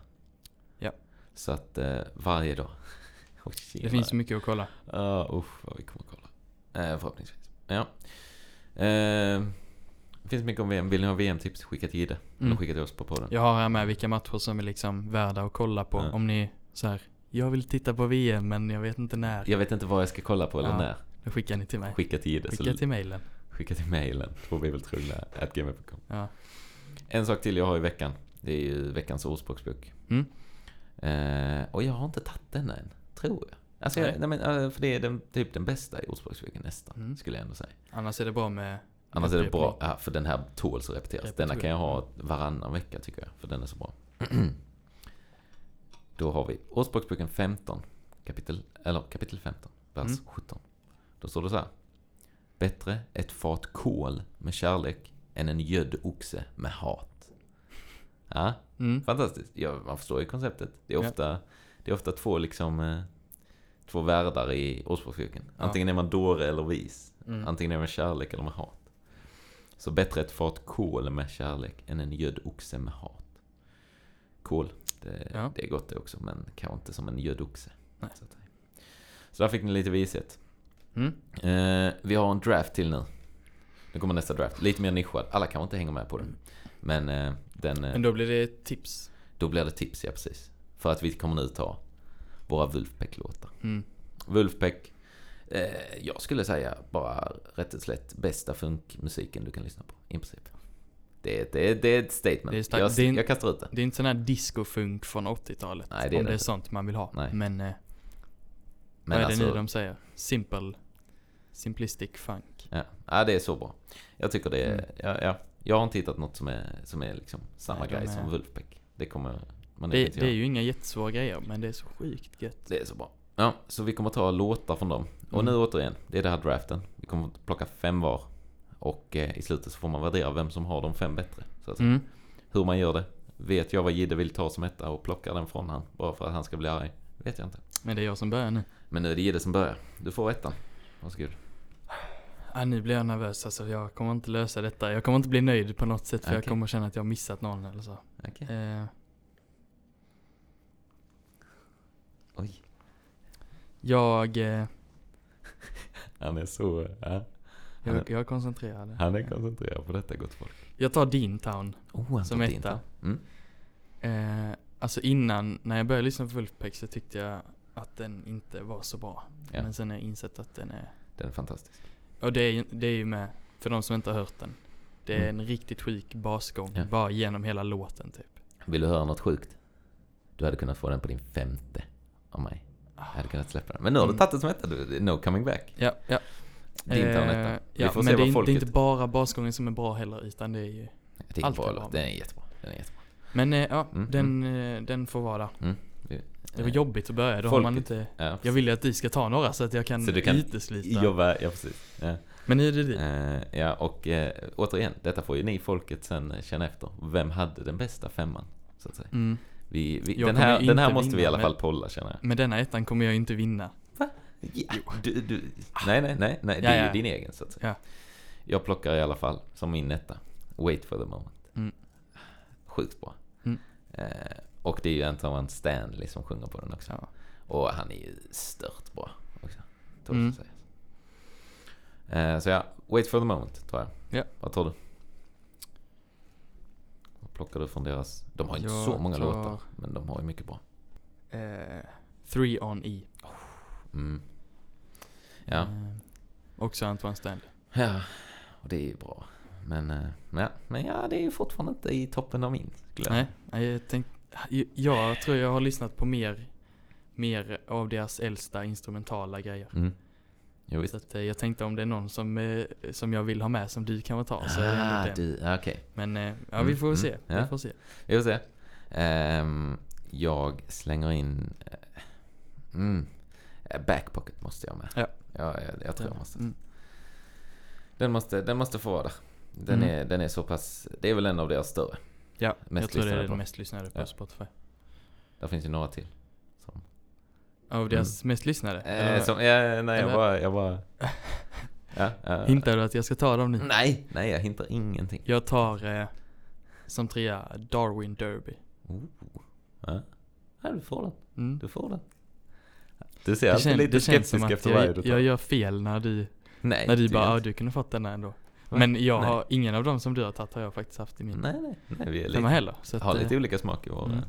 Ja. Så att eh, varje dag. <laughs> Och Det finns så mycket att kolla. Ja, usch vad vi kommer kolla. Eh, förhoppningsvis. Ja. Eh, det finns mycket om VM. Vill ni ha VM-tips? Skicka till Gide. Eller Mm. skicka till oss på podden. Jag har här med vilka matcher som är liksom värda att kolla på. Ja. Om ni så här, jag vill titta på VM men jag vet inte när. Jag vet inte vad jag ska kolla på eller Ja. när. Då skickar ni till mig. Skicka till Gide. Skicka så till mejlen. skicka till mejlen. På bibeltrogna.gmail.com Ja. En sak till jag har i veckan. Det är ju veckans ordspråksbok. Mm. Eh, och jag har inte tagit den än, tror jag. Alltså, jag, Nej. nej, men, eh, för det är den, typ den bästa i ordspråksboken nästan, Mm. skulle jag ändå säga. Annars är det bra med... Annars är det bra, upprepning. ja, för den här tåls att repeteras. Denna kan jag ha varannan vecka tycker jag, för den är så bra. <clears throat> Då har vi Ordspråksboken 15, kapitel, eller kapitel 15, vers Mm. 17. Då står det så här. Bättre ett fat kol med kärlek än en gödd oxe med hat. Ja, Mm. fantastiskt. Ja, man förstår ju konceptet. Det är Ja. ofta, det är ofta två, liksom, eh, två världar i Ordspråksboken. Ja. Antingen är man dåre eller vis. Mm. Antingen är det med kärlek eller med hat. Så bättre ett fat kol med kärlek än en gödd oxe med hat. Kol, det, Ja. det är gott det också, men kanske inte som en gödd oxe. Nej. Så, att, säga. så där fick ni lite vishet. Mm. Eh, vi har en draft till nu. Nu kommer nästa draft. Lite mer nischad. Alla kanske inte hänger med på den. Men eh, den, eh, Men då blir det ett tips. då blir det tips, ja precis. För att vi kommer nu ta våra Wulfbeck-låtar. Mm. Wolfpack. Eh, jag skulle säga bara rätt och slätt bästa funkmusiken du kan lyssna på. I princip. Det, det, det är ett statement. Det är starkt. jag, Det är en- jag kastar ut det. Det är inte sån här discofunk från 80-talet. Nej, det är om det det är inte. sånt man vill ha. Nej. Men, eh, vad Men är alltså, det nu de säger? Simple. Simplistic funk. ja, ja, det är så bra. Jag tycker det är... Mm. Ja, ja, jag har inte hittat något som är, som är liksom samma Nej, de grej som är- Wolfpack. Det kommer... Man Det, inte det är göra. ju inga jättesvåra grejer men det är så sjukt gött. det är så bra. Ja, så vi kommer ta låtar från dem. Och Mm. nu återigen, det är det här draften. Vi kommer plocka fem var. Och eh, i slutet så får man värdera vem som har de fem bättre. Så att säga. Mm. Hur man gör det. Vet jag vad Gide vill ta som etta och plocka den från han bara för att han ska bli arg? Vet jag inte. Men det är jag som börjar nu. Men nu är det Gide som börjar. Du får ettan. Varsågod. Ah, nu blir jag nervös alltså. Jag kommer inte lösa detta. Jag kommer inte bli nöjd på något sätt för jag Okej. kommer känna att jag har missat någon eller så. Okej. Eh, Oj. jag, eh, Han är så... Ja. Han är- jag, jag är koncentrerad. Han är koncentrerad på detta gott folk. Jag tar din town. Oh, han Som tog din etta. då. Mm. Eh, alltså innan, när jag började lyssna på Wolfpack så tyckte jag att den inte var så bra. Ja. Men sen har jag insett att den är... Den är fantastisk. Och det är, ju- det är ju med, för de som inte har hört den. Det är Mm. en riktigt sjuk basgång, Ja. bara genom hela låten typ. Vill du höra något sjukt? Du hade kunnat få den på din femte av mig. Jag hade kunnat släppa den. Men nu har du Mm. tagit det som etta. Du- det är No coming back. Ah. Ja, ja. Din town Eh, etta. Vi ja, får men det, se är, vad inte- det är folket... inte bara basgången som är bra heller, utan det är ju... Det är en allt bra är bra. låt. Den är jättebra. Den är jättebra. Men eh, ja, Mm, den, eh, den får vara där. Mm. Det- Det var eh, jobbigt att börja, då har man folket- inte... Ja, Jag vill ju att du ska ta några så att jag kan, Så du kan- utesluta. jobba. Ja, precis. Ja. Men nu är det din. Eh, ja, och eh, återigen, detta får ju ni folket sen eh, känna efter. Vem hade den bästa femman? Så att säga. Mm. Vi, vi, Jag den, här, kommer den här inte måste vi i vinna, alla men- fall polla känner jag. Med denna ettan kommer jag ju inte vinna. Ja, du, du, nej, nej, nej, nej. Det Ja, är ju ja. din egen så att säga. Ja. Jag plockar i alla fall som min etta. Wait for the moment. Mm. Sjukt bra. Mm. Eh, och det är ju Anton Stanley som sjunger på den också. Ja. Och han är ju stört bra också. Tror Mm. jag ska säga. Eh, så ja, Wait for the moment tar jag. Ja. Vad tar du? Vad plockar du från deras... De har ju inte Jag så många tar- låtar, men de har ju mycket bra. Eh, three on E. Mm. Ja. Eh, också Antoine Stanley. ja, och det är ju bra. Men, eh, ja. men ja, det är ju fortfarande inte i toppen av min. skulle jag- Nej, nej, jag, tänk, jag, jag tror jag har lyssnat på mer, mer av deras äldsta instrumentala grejer. Mm. Jo, visst. Så att, eh, jag tänkte om det är någon som, eh, som jag vill ha med som du kan få ta så är det ah, ändå den. du, ja, okej. Men eh, ja, Mm, vi får väl se. mm, ja. Vi får se. Vi får se. Ehm, jag slänger in... eh, Mm, eh, backpocket måste jag med. Ja. Ja, jag, jag tror jag måste. Mm. Den måste, den måste få vara där. Den, Mm. är, den är så pass... Det är väl en av deras större. Ja, Mest jag tror det lyssnade är på. den mest lyssnade på Ja. Spotify. Där finns ju några till. Som, Av deras mest lyssnade? eh, Eller- som, eh, nej, jag eller- <laughs> bara, jag bara... Ja, ja. Hintar du att jag ska ta dem nu? Nej, Mm. nej jag hintar ingenting. Jag tar eh, som trea Darwin Derby. Oh. Ja. ja, du får den. Mm. Du får den. Du ser Det, alltid kän, lite det känns som skeptisk att efter varje jag, du jag tar. gör fel när du, Nej, när du tycker bara jag "Ah, inte. du kunde fått den här ändå. Va? Men jag Nej. har ingen av dem som du har tagit har jag faktiskt haft i min Nej, nej, nej. Vi är femma lite, heller. Så att, har eh, lite olika smak i vår... Mm.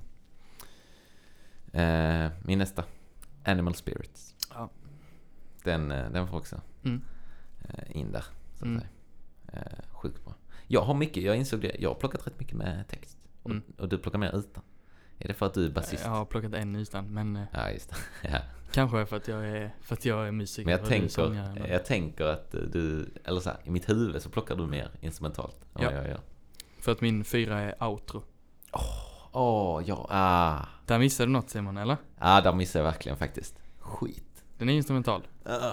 eh, eh, min nästa. Animal Spirits. Ja. Den, eh, den får också Mm. eh, in där, så att Mm. säga. Eh, sjukt bra. Jag har mycket, jag insåg det, jag har plockat rätt mycket med text. Och, Mm. och du plockar mer utan. Är det för att du är basist? jag har plockat en utan men eh, Ja, just det. <laughs> Ja. kanske för att jag är, för att jag är musiker Men jag och du är tänker, sångare ändå. jag tänker att eh, du, eller så här, i mitt huvud så plockar du mer instrumentalt än vad Ja. jag gör. För att min fyra är outro. Åh, ja, ah. Där missade du något Simon, eller? Ah, där missar jag verkligen faktiskt. Skit. Den är instrumental. Ah,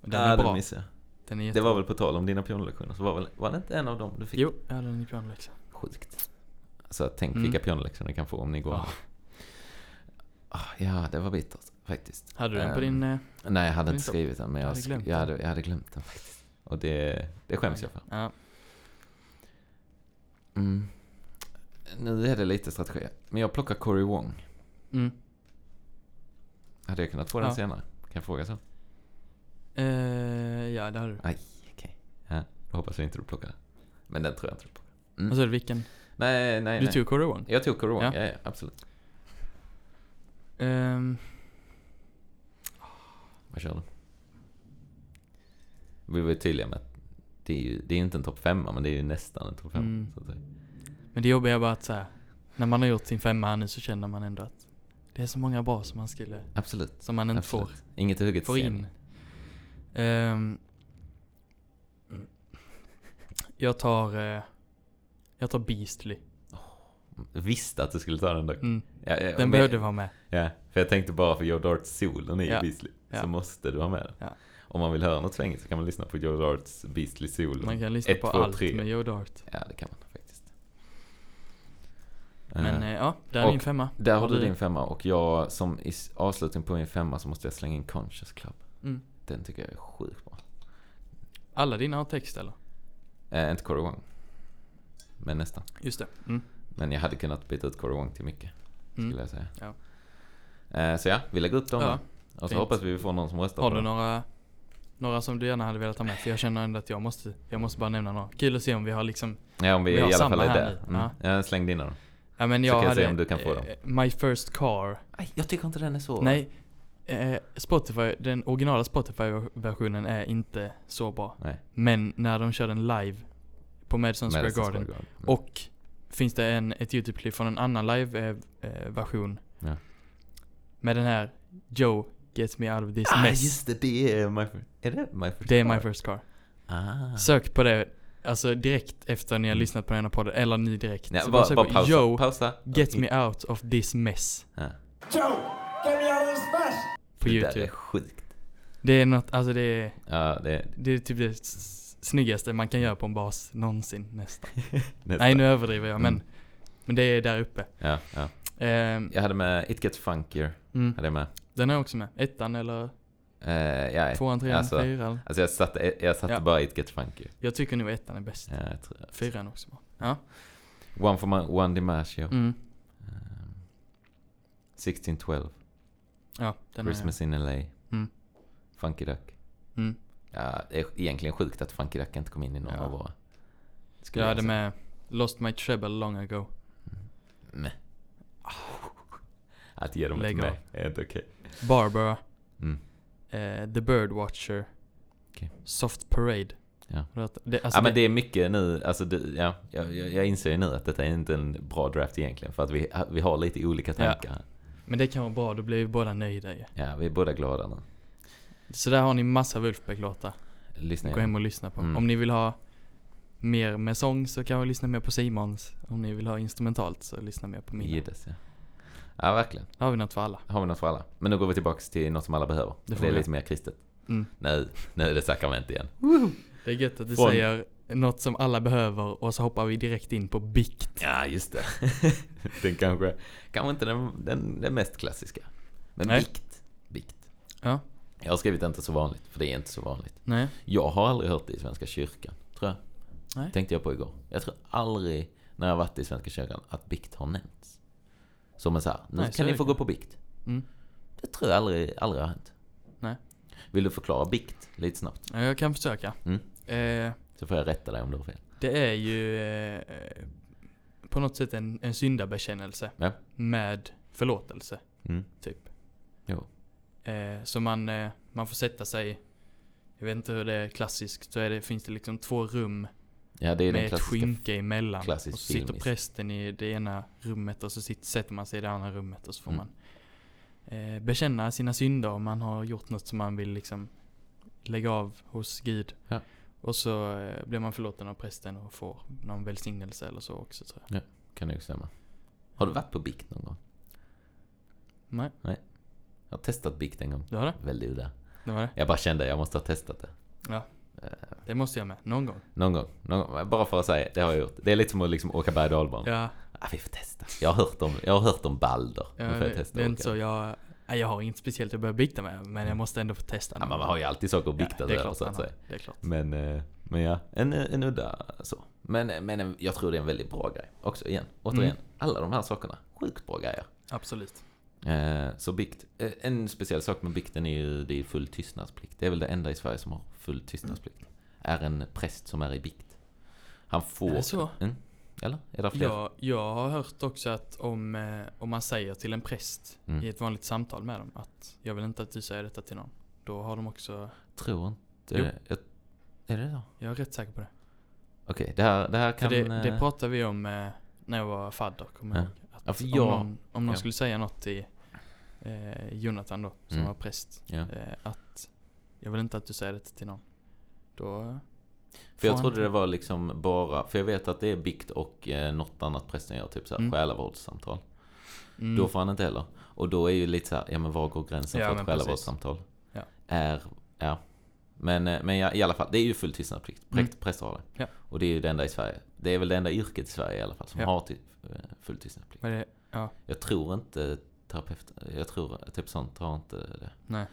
Och Den är bra. missade jag. Den är Det jättebra. var väl på tal om dina pianolektioner, så var, väl, var det inte en av dem du fick? Jo, jag hade den i pianoläxa. Sjukt. Så tänk Mm. vilka pianolektioner ni kan få om ni går. Ja. Ah, ja, det var bittert faktiskt. Hade du den på Ehm, din... eh, Nej, jag hade Var inte det skrivit den, men Du jag, hade sk- glömt jag, den. hade, jag hade glömt den faktiskt. Och det, det skäms jag för. Ja. Mm. Nu är det lite strategi. Men jag plockar Cory Wong. Mm. Hade jag kunnat få den Ja. senare? Kan jag fråga så? Eh, ja, det hade du. Aj, okej. Ja, då hoppas jag inte du plockar. den. Men den tror jag inte du plockar. Mm. Vad sa du, vilken? nej, nej, Alltså, Du nej. tog Corey Wong? Jag tog Cory Wong, ja. Ja. Ja, absolut. Ehm, Vad kör du? Vi var ju tydliga med att det är ju det är ju inte en topp femma, men det är ju nästan en topp femma. Mm. Så att säga. men det jobbiga är bara att så här, när man har gjort sin femma här nu så känner man ändå att det är så många bra som man skulle, Absolut. som man inte absolut. får, Inget hugget får sen. in. Ehm, jag tar, eh, jag tar Beastly. Visste att du skulle ta den dock. Mm, Ja, ja, den men- behövde vara med. Ja, för jag tänkte bara för Joe Darts solen är ju Ja, Beasley. Så ja. måste du ha med den. Ja. Om man vill höra något svängigt så kan man lyssna på Joe Darts Beasley sol. Man kan lyssna Ett, på två, allt tre. med Joe Dart. Ja, det kan man faktiskt. Men Eh, eh, ja, där är och min femma. där har du din femma och jag som i s- avslutning på min femma så måste jag slänga in Conscious Club. Mm. Den tycker jag är sjukt bra. Alla dina har text eller? Eh, inte Corey Wong. Men nästan. Just det. Mm. Men jag hade kunnat byta ut Corey Wong till mycket. Mm. Skulle jag säga. Ja. Eh, så ja, vi lägger upp dem Ja, här. Och så fint. hoppas vi vi får någon som röstar Har på du dem. några, några som du gärna hade velat ha med? För jag känner ändå att jag måste, jag måste bara nämna några. Kul att se om vi har liksom, Ja, om vi, Vi i har alla samma fall är här där. nu. Mm. Ja, släng dina då. ja men Så jag kan jag hade, se om du kan få dem. eh, My First Car, Nej, jag tycker inte den är så... nej, eh, Spotify, den originala Spotify-versionen är inte så bra. Nej. Men när de kör den live på Madison Square Madison Garden Mm. och finns det en, ett YouTube-klipp från en annan live-version Ja. med den här Joe Get Me Out of This ah, Mess. just det, det är my first... Är det my first? Det är car? My First Car. Ah. Sök på det, alltså direkt efter ni har Mm. lyssnat på den här podden, eller ni direkt. Nej, Så bara, sök bara på pausa. Mm. Yo, pausa. get me out of this mess. Ja. Joe, get me out of this mess! På det där är YouTube. sjukt. Det är något, alltså det är, Ja, det är <laughs> det är typ det s- snyggaste man kan göra på en bas någonsin nästan. nästa. Nej nu överdriver jag men, Mm. men det är där uppe. Ja, ja. Ehm, Jag hade med It Gets Funkier. mm. Hade jag med. Den är också med. Ettan eller Eh, ja, tvåan, trean, alltså- fyran. alltså jag satte, jag satte Ja. bara It Gets Funkier. Jag tycker nog ettan är bäst. Ja, jag tror jag. Fyran också bra. Ja. One for my, One Dimaggio. Mm. Ehm, 1612. Ja, den är... Christmas in LA. Mm. Funky Duck. Mm. Ja, det är egentligen sjukt att Funky Duck inte kom in i någon Ja. av våra. Jag hade säga. med Lost My Treble long ago. Meh. Att ge dem ett Lägg av. med är inte okej. Barbara. Mm. eh, The Bird Watcher. Okej. Soft Parade. Ja. Har du hört- Det, alltså ja men det, det är mycket nu, alltså det, ja, jag, jag jag inser ju nu att detta är inte en bra draft egentligen för att vi, vi har lite olika Ja. tankar. men det kan vara bra, då blir vi båda nöjda ju. Ja, vi är båda glada nu. Så där har ni massa Wolfbeck-låtar. Lyssna Gå igen. hem och lyssna på. Mm. Om ni vill ha mer med sång så kan jag lyssna mer på Simons. Om ni vill ha instrumentalt så lyssna mer på mina. Giddes, ja. ja, verkligen. Där har vi något för alla. Har vi något för alla? Men nu går vi tillbaks till något som alla behöver. Det Det, får är vi. lite mer kristet. Mm. Nu, nu är det <laughs> sakrament igen. Det är gött att du Från- säger något som alla behöver och så hoppar vi direkt in på bikt. Ja, just det. <laughs> den kanske, kanske inte den, den, den mest klassiska. Men Nej. bikt. Bikt. Ja. Jag har skrivit inte så vanligt, för det är inte så vanligt. Nej. Jag har aldrig hört det i Svenska kyrkan, tror jag. Nej. Tänkte jag på igår. Jag tror aldrig, när jag varit i Svenska kyrkan, att bikt har nämnts. Som en så här, nu Nej, så kan är ni det få kan- gå på bikt. Mm. Det tror jag aldrig, aldrig har hänt. Nej. Vill du förklara bikt lite snabbt? Ja, Jag kan försöka. Mm. Eh, Så får jag rätta dig om du har fel. det är ju eh, på något sätt en, en syndabekännelse. Ja. Med förlåtelse, Mm. typ. Jo. Eh, så man, eh, man får sätta sig, jag vet inte hur det är klassiskt, så är det, finns det liksom två rum Ja, det är med den ett klassiska... skynke emellan. Och klassisk så sitter filmis. prästen i det ena rummet och så sitter, sätter man sig i det andra rummet och så får Mm. man eh, bekänna sina synder om man har gjort något som man vill liksom lägga av hos Gud. Ja. Och så eh, blir man förlåten av prästen och får någon välsignelse eller så också tror jag. Kan det ju stämma. Har du varit på bikt någon gång? Nej, Jag har testat bikt en gång. du har det? Väldigt udda. Det var det. Jag bara kände, jag måste ha testat det. Ja. Eh, Det måste jag med, någon gång. Någon gång, någon gång. Bara för att säga, det har jag gjort. Det är lite som att liksom åka berg och dalbana. Ja, Ah, vi får testa. Jag har hört om, jag har hört om Balder. ja Nu får jag det, testa det är att inte åka. så Mm. jag, nej, jag har inget speciellt jag behöver bikta med men jag måste ändå få testa. Ja, någon man gång. har ju alltid saker att Ja, bikta det sig är över klart så man att har. säga. Det är klart. Men, eh, men ja, en, en udda så. Men, eh, men en- jag tror det är en väldigt bra grej också igen. Återigen, Mm. alla de här sakerna. Sjukt bra grejer. Absolut. Eh, Så bikt. eh, En speciell sak med bikten är ju det är full tystnadsplikt. Det är väl det enda i Sverige som har full tystnadsplikt. Är en präst som är i bikt. Han får... Är det så? Mm. Eller? Är det fler? Jag, jag har hört också att om, eh, om man säger till en präst Mm. i ett vanligt samtal med dem att jag vill inte att du säger detta till någon. Då har de också, Tror inte... Jo. Jag, är det så? jag är rätt säker på det. Okej, det här, det här För kan... det, det eh, pratade vi om eh, när jag var fadder, kommer jag Ja. ihåg. Att Ja, för om jag- någon, om någon ja. skulle säga något till eh, Jonathan då, som Mm. var präst. ja. Eh, att jag vill inte att du säger detta till någon. Då, mm. För jag Fan. trodde det var liksom bara, för jag vet att det är bikt och eh, något annat prästen gör, typ så här Mm. själavårdssamtal. mm, Då får han inte heller. Och då är ju lite så här, ja men var går gränsen Ja, för men ett själavårdssamtal? Ja. Är, ja. Men, eh, men ja, i alla fall, det är ju full tystnadsplikt. Präkt, Präster har det. Mm. Ja. Och det är ju det enda i Sverige. Det är väl det enda yrket i Sverige i alla fall som Ja. har ty, eh, full tystnadsplikt. vad är det? Jag tror inte terapeut, jag tror typ sånt har inte det. Nej.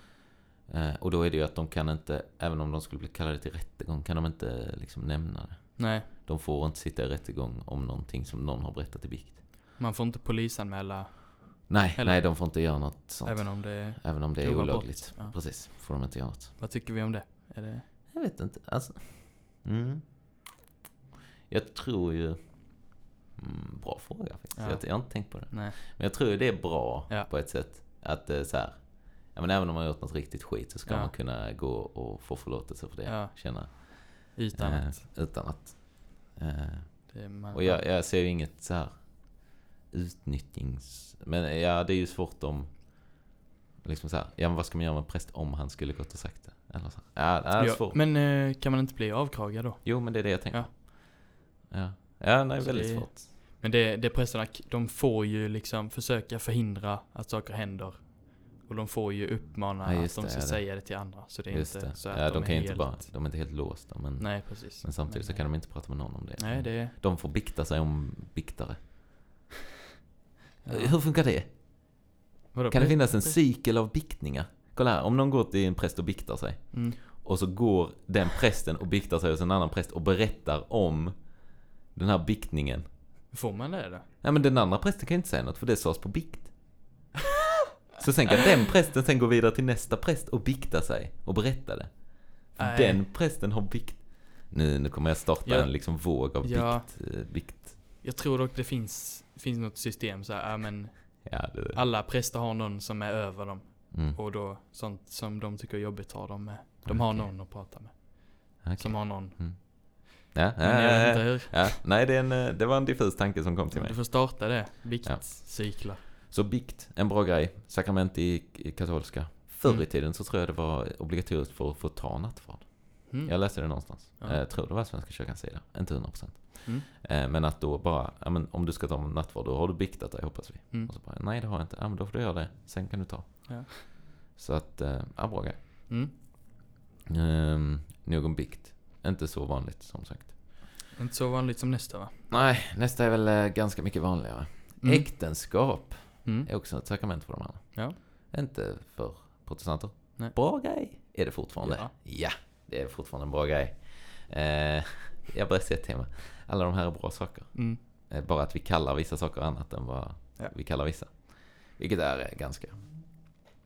Eh, och då är det ju att de kan inte, även om de skulle bli kallade till rättegång, kan de inte eh, liksom nämna det. Nej, De får inte sitta i rättegång om någonting som någon har berättat i bikt. man får inte polisanmäla Nej, Eller- nej de får inte göra något sånt. Även, även om det är, om det är grova olagligt. brott, ja. Precis, får de inte göra något. vad tycker vi om det? Är det Jag vet inte, alltså. Mm. Jag tror ju... Mm, bra fråga faktiskt. Ja. Jag, jag har inte tänkt på det. nej. Men jag tror ju det är bra Ja. på ett sätt. Att det är så här, ja, men även om man har gjort något riktigt skit så ska Ja. man kunna gå och få förlåtelse för det. Ja. Känna. Utan eh, att utan att eh, det är man, Och jag, jag ser ju inget så här utnyttjings... Men ja, det är ju svårt om... Liksom så här, ja men vad ska man göra med en präst om han skulle gått och sagt det? Eller så. här. Ja, det är Ja, svårt. Men eh, kan man inte bli avkragad då? Jo, men det är det jag tänker. Ja, ja. ja nej, Så väldigt det är- svårt. Men det, det prästerna, k- de får ju liksom försöka förhindra att saker händer. Och de får ju uppmana Ja, att just de det, ska ja, det. säga det till andra. Så det är Just inte det. så att Ja, de, de, kan är ju inte helt... bara... De är inte helt låsta, men, Nej, precis. eh, men samtidigt så kan de inte prata med någon om det. Nej, det är... De får bikta sig om biktare. Ja. Hur funkar det? Vadå, Kan det präst- finnas en präst- cykel av biktningar? Kolla här, om någon går till en präst och biktar sig. Mm. Och så går den prästen och biktar sig hos en annan präst och berättar om den här biktningen. Får man det då? Nej men den andra prästen kan ju inte säga något för det sades <laughs> på bikt. Så sen kan den prästen sen gå vidare till nästa präst och bikta sig och berätta det. För Nej. den prästen har bikt... Nu, nu kommer jag starta Ja. en liksom våg av Ja. bikt, eh, bikt... Jag tror dock det finns, finns något system så här, ja, men Ja, det... alla präster har någon som är över dem. Mm. Och då, sånt som de tycker är jobbigt har de med. De har Okej. någon att prata med. Okej. Som har någon. Ja, ja, Men jag ja, vet inte ja, hur. ja. Nej, det, är en, eh, det var en diffus tanke som kom till mig. Du får starta Eh, det. Ja. Viktcyklar. Så bikt, en bra grej. Sakrament i, i katolska. Förr i Mm. tiden så tror jag det var obligatoriskt för att få ta nattvard. Mm. Jag läste det någonstans. Ja. Eh, tror det var Svenska kyrkans sida. Inte 100 procent. Mm. Eh, men att då bara, ja, men om du ska ta nattvard då har du biktat dig hoppas vi. Mm. Och så bara, nej det har jag inte. Ja men då får du göra det. Sen kan du ta. Ja. Så att, eh, ja bra grej. Mm. Ehm, nog om bikt. Inte så vanligt som sagt. Inte så vanligt som nästa va? Nej, nästa är väl eh, ganska mycket vanligare. Mm. Äktenskap Mm. är också ett sakrament för de andra. Ja. Inte för protestanter. Nej. Bra grej är det fortfarande. Ja. Ja, det är fortfarande en bra grej. Eh, jag börjar se ett tema. Alla de här är bra saker. Mm. Eh, Bara att vi kallar vissa saker annat än vad Ja. vi kallar vissa. Vilket är eh, ganska,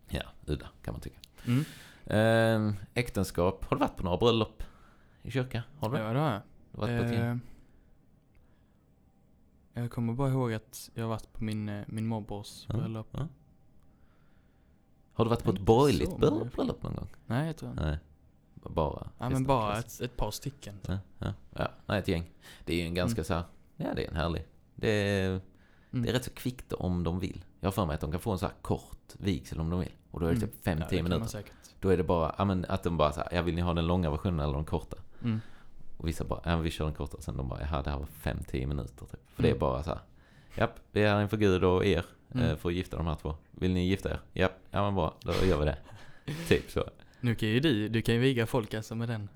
ja, udda kan man tycka. Mm. Eh, äktenskap. Har du varit på några bröllop i kyrka? Har du? Ja, det har jag. Du har varit på ett gäng? Eh, jag kommer bara ihåg att jag har varit på min, eh, min morbrors Mm. Ja. bröllop. Har du varit på ett inte borgerligt så många. bröllop bröllop någon gång? Nej, jag tror inte. Nej. Bara Ja, men kristna bara klass. ett, ett par stycken. Ja, ja, ja. Nej, ett gäng. Det är ju en ganska Mm. så här, ja det är en härlig. Det är, Mm. det är rätt så kvickt om de vill. Jag har för mig att de kan få en så här kort vigsel om de vill. Och då är det Mm. typ 5-10 Ja, det kan man minuter. säkert. Då är det bara, ja men att de bara så här, ja vill ni ha den långa versionen eller den korta? Mm. Och vissa bara, ja men vi kör den korta. Och sen de bara, ja det här var 5-10 minuter typ. För det Mm. är bara så här, japp, vi är en för Gud och er Mm. eh, för att gifta de här två. Vill ni gifta er? Japp, ja men bra, då gör <laughs> vi det. typ så. Nu kan ju du, du kan ju viga folk alltså med den.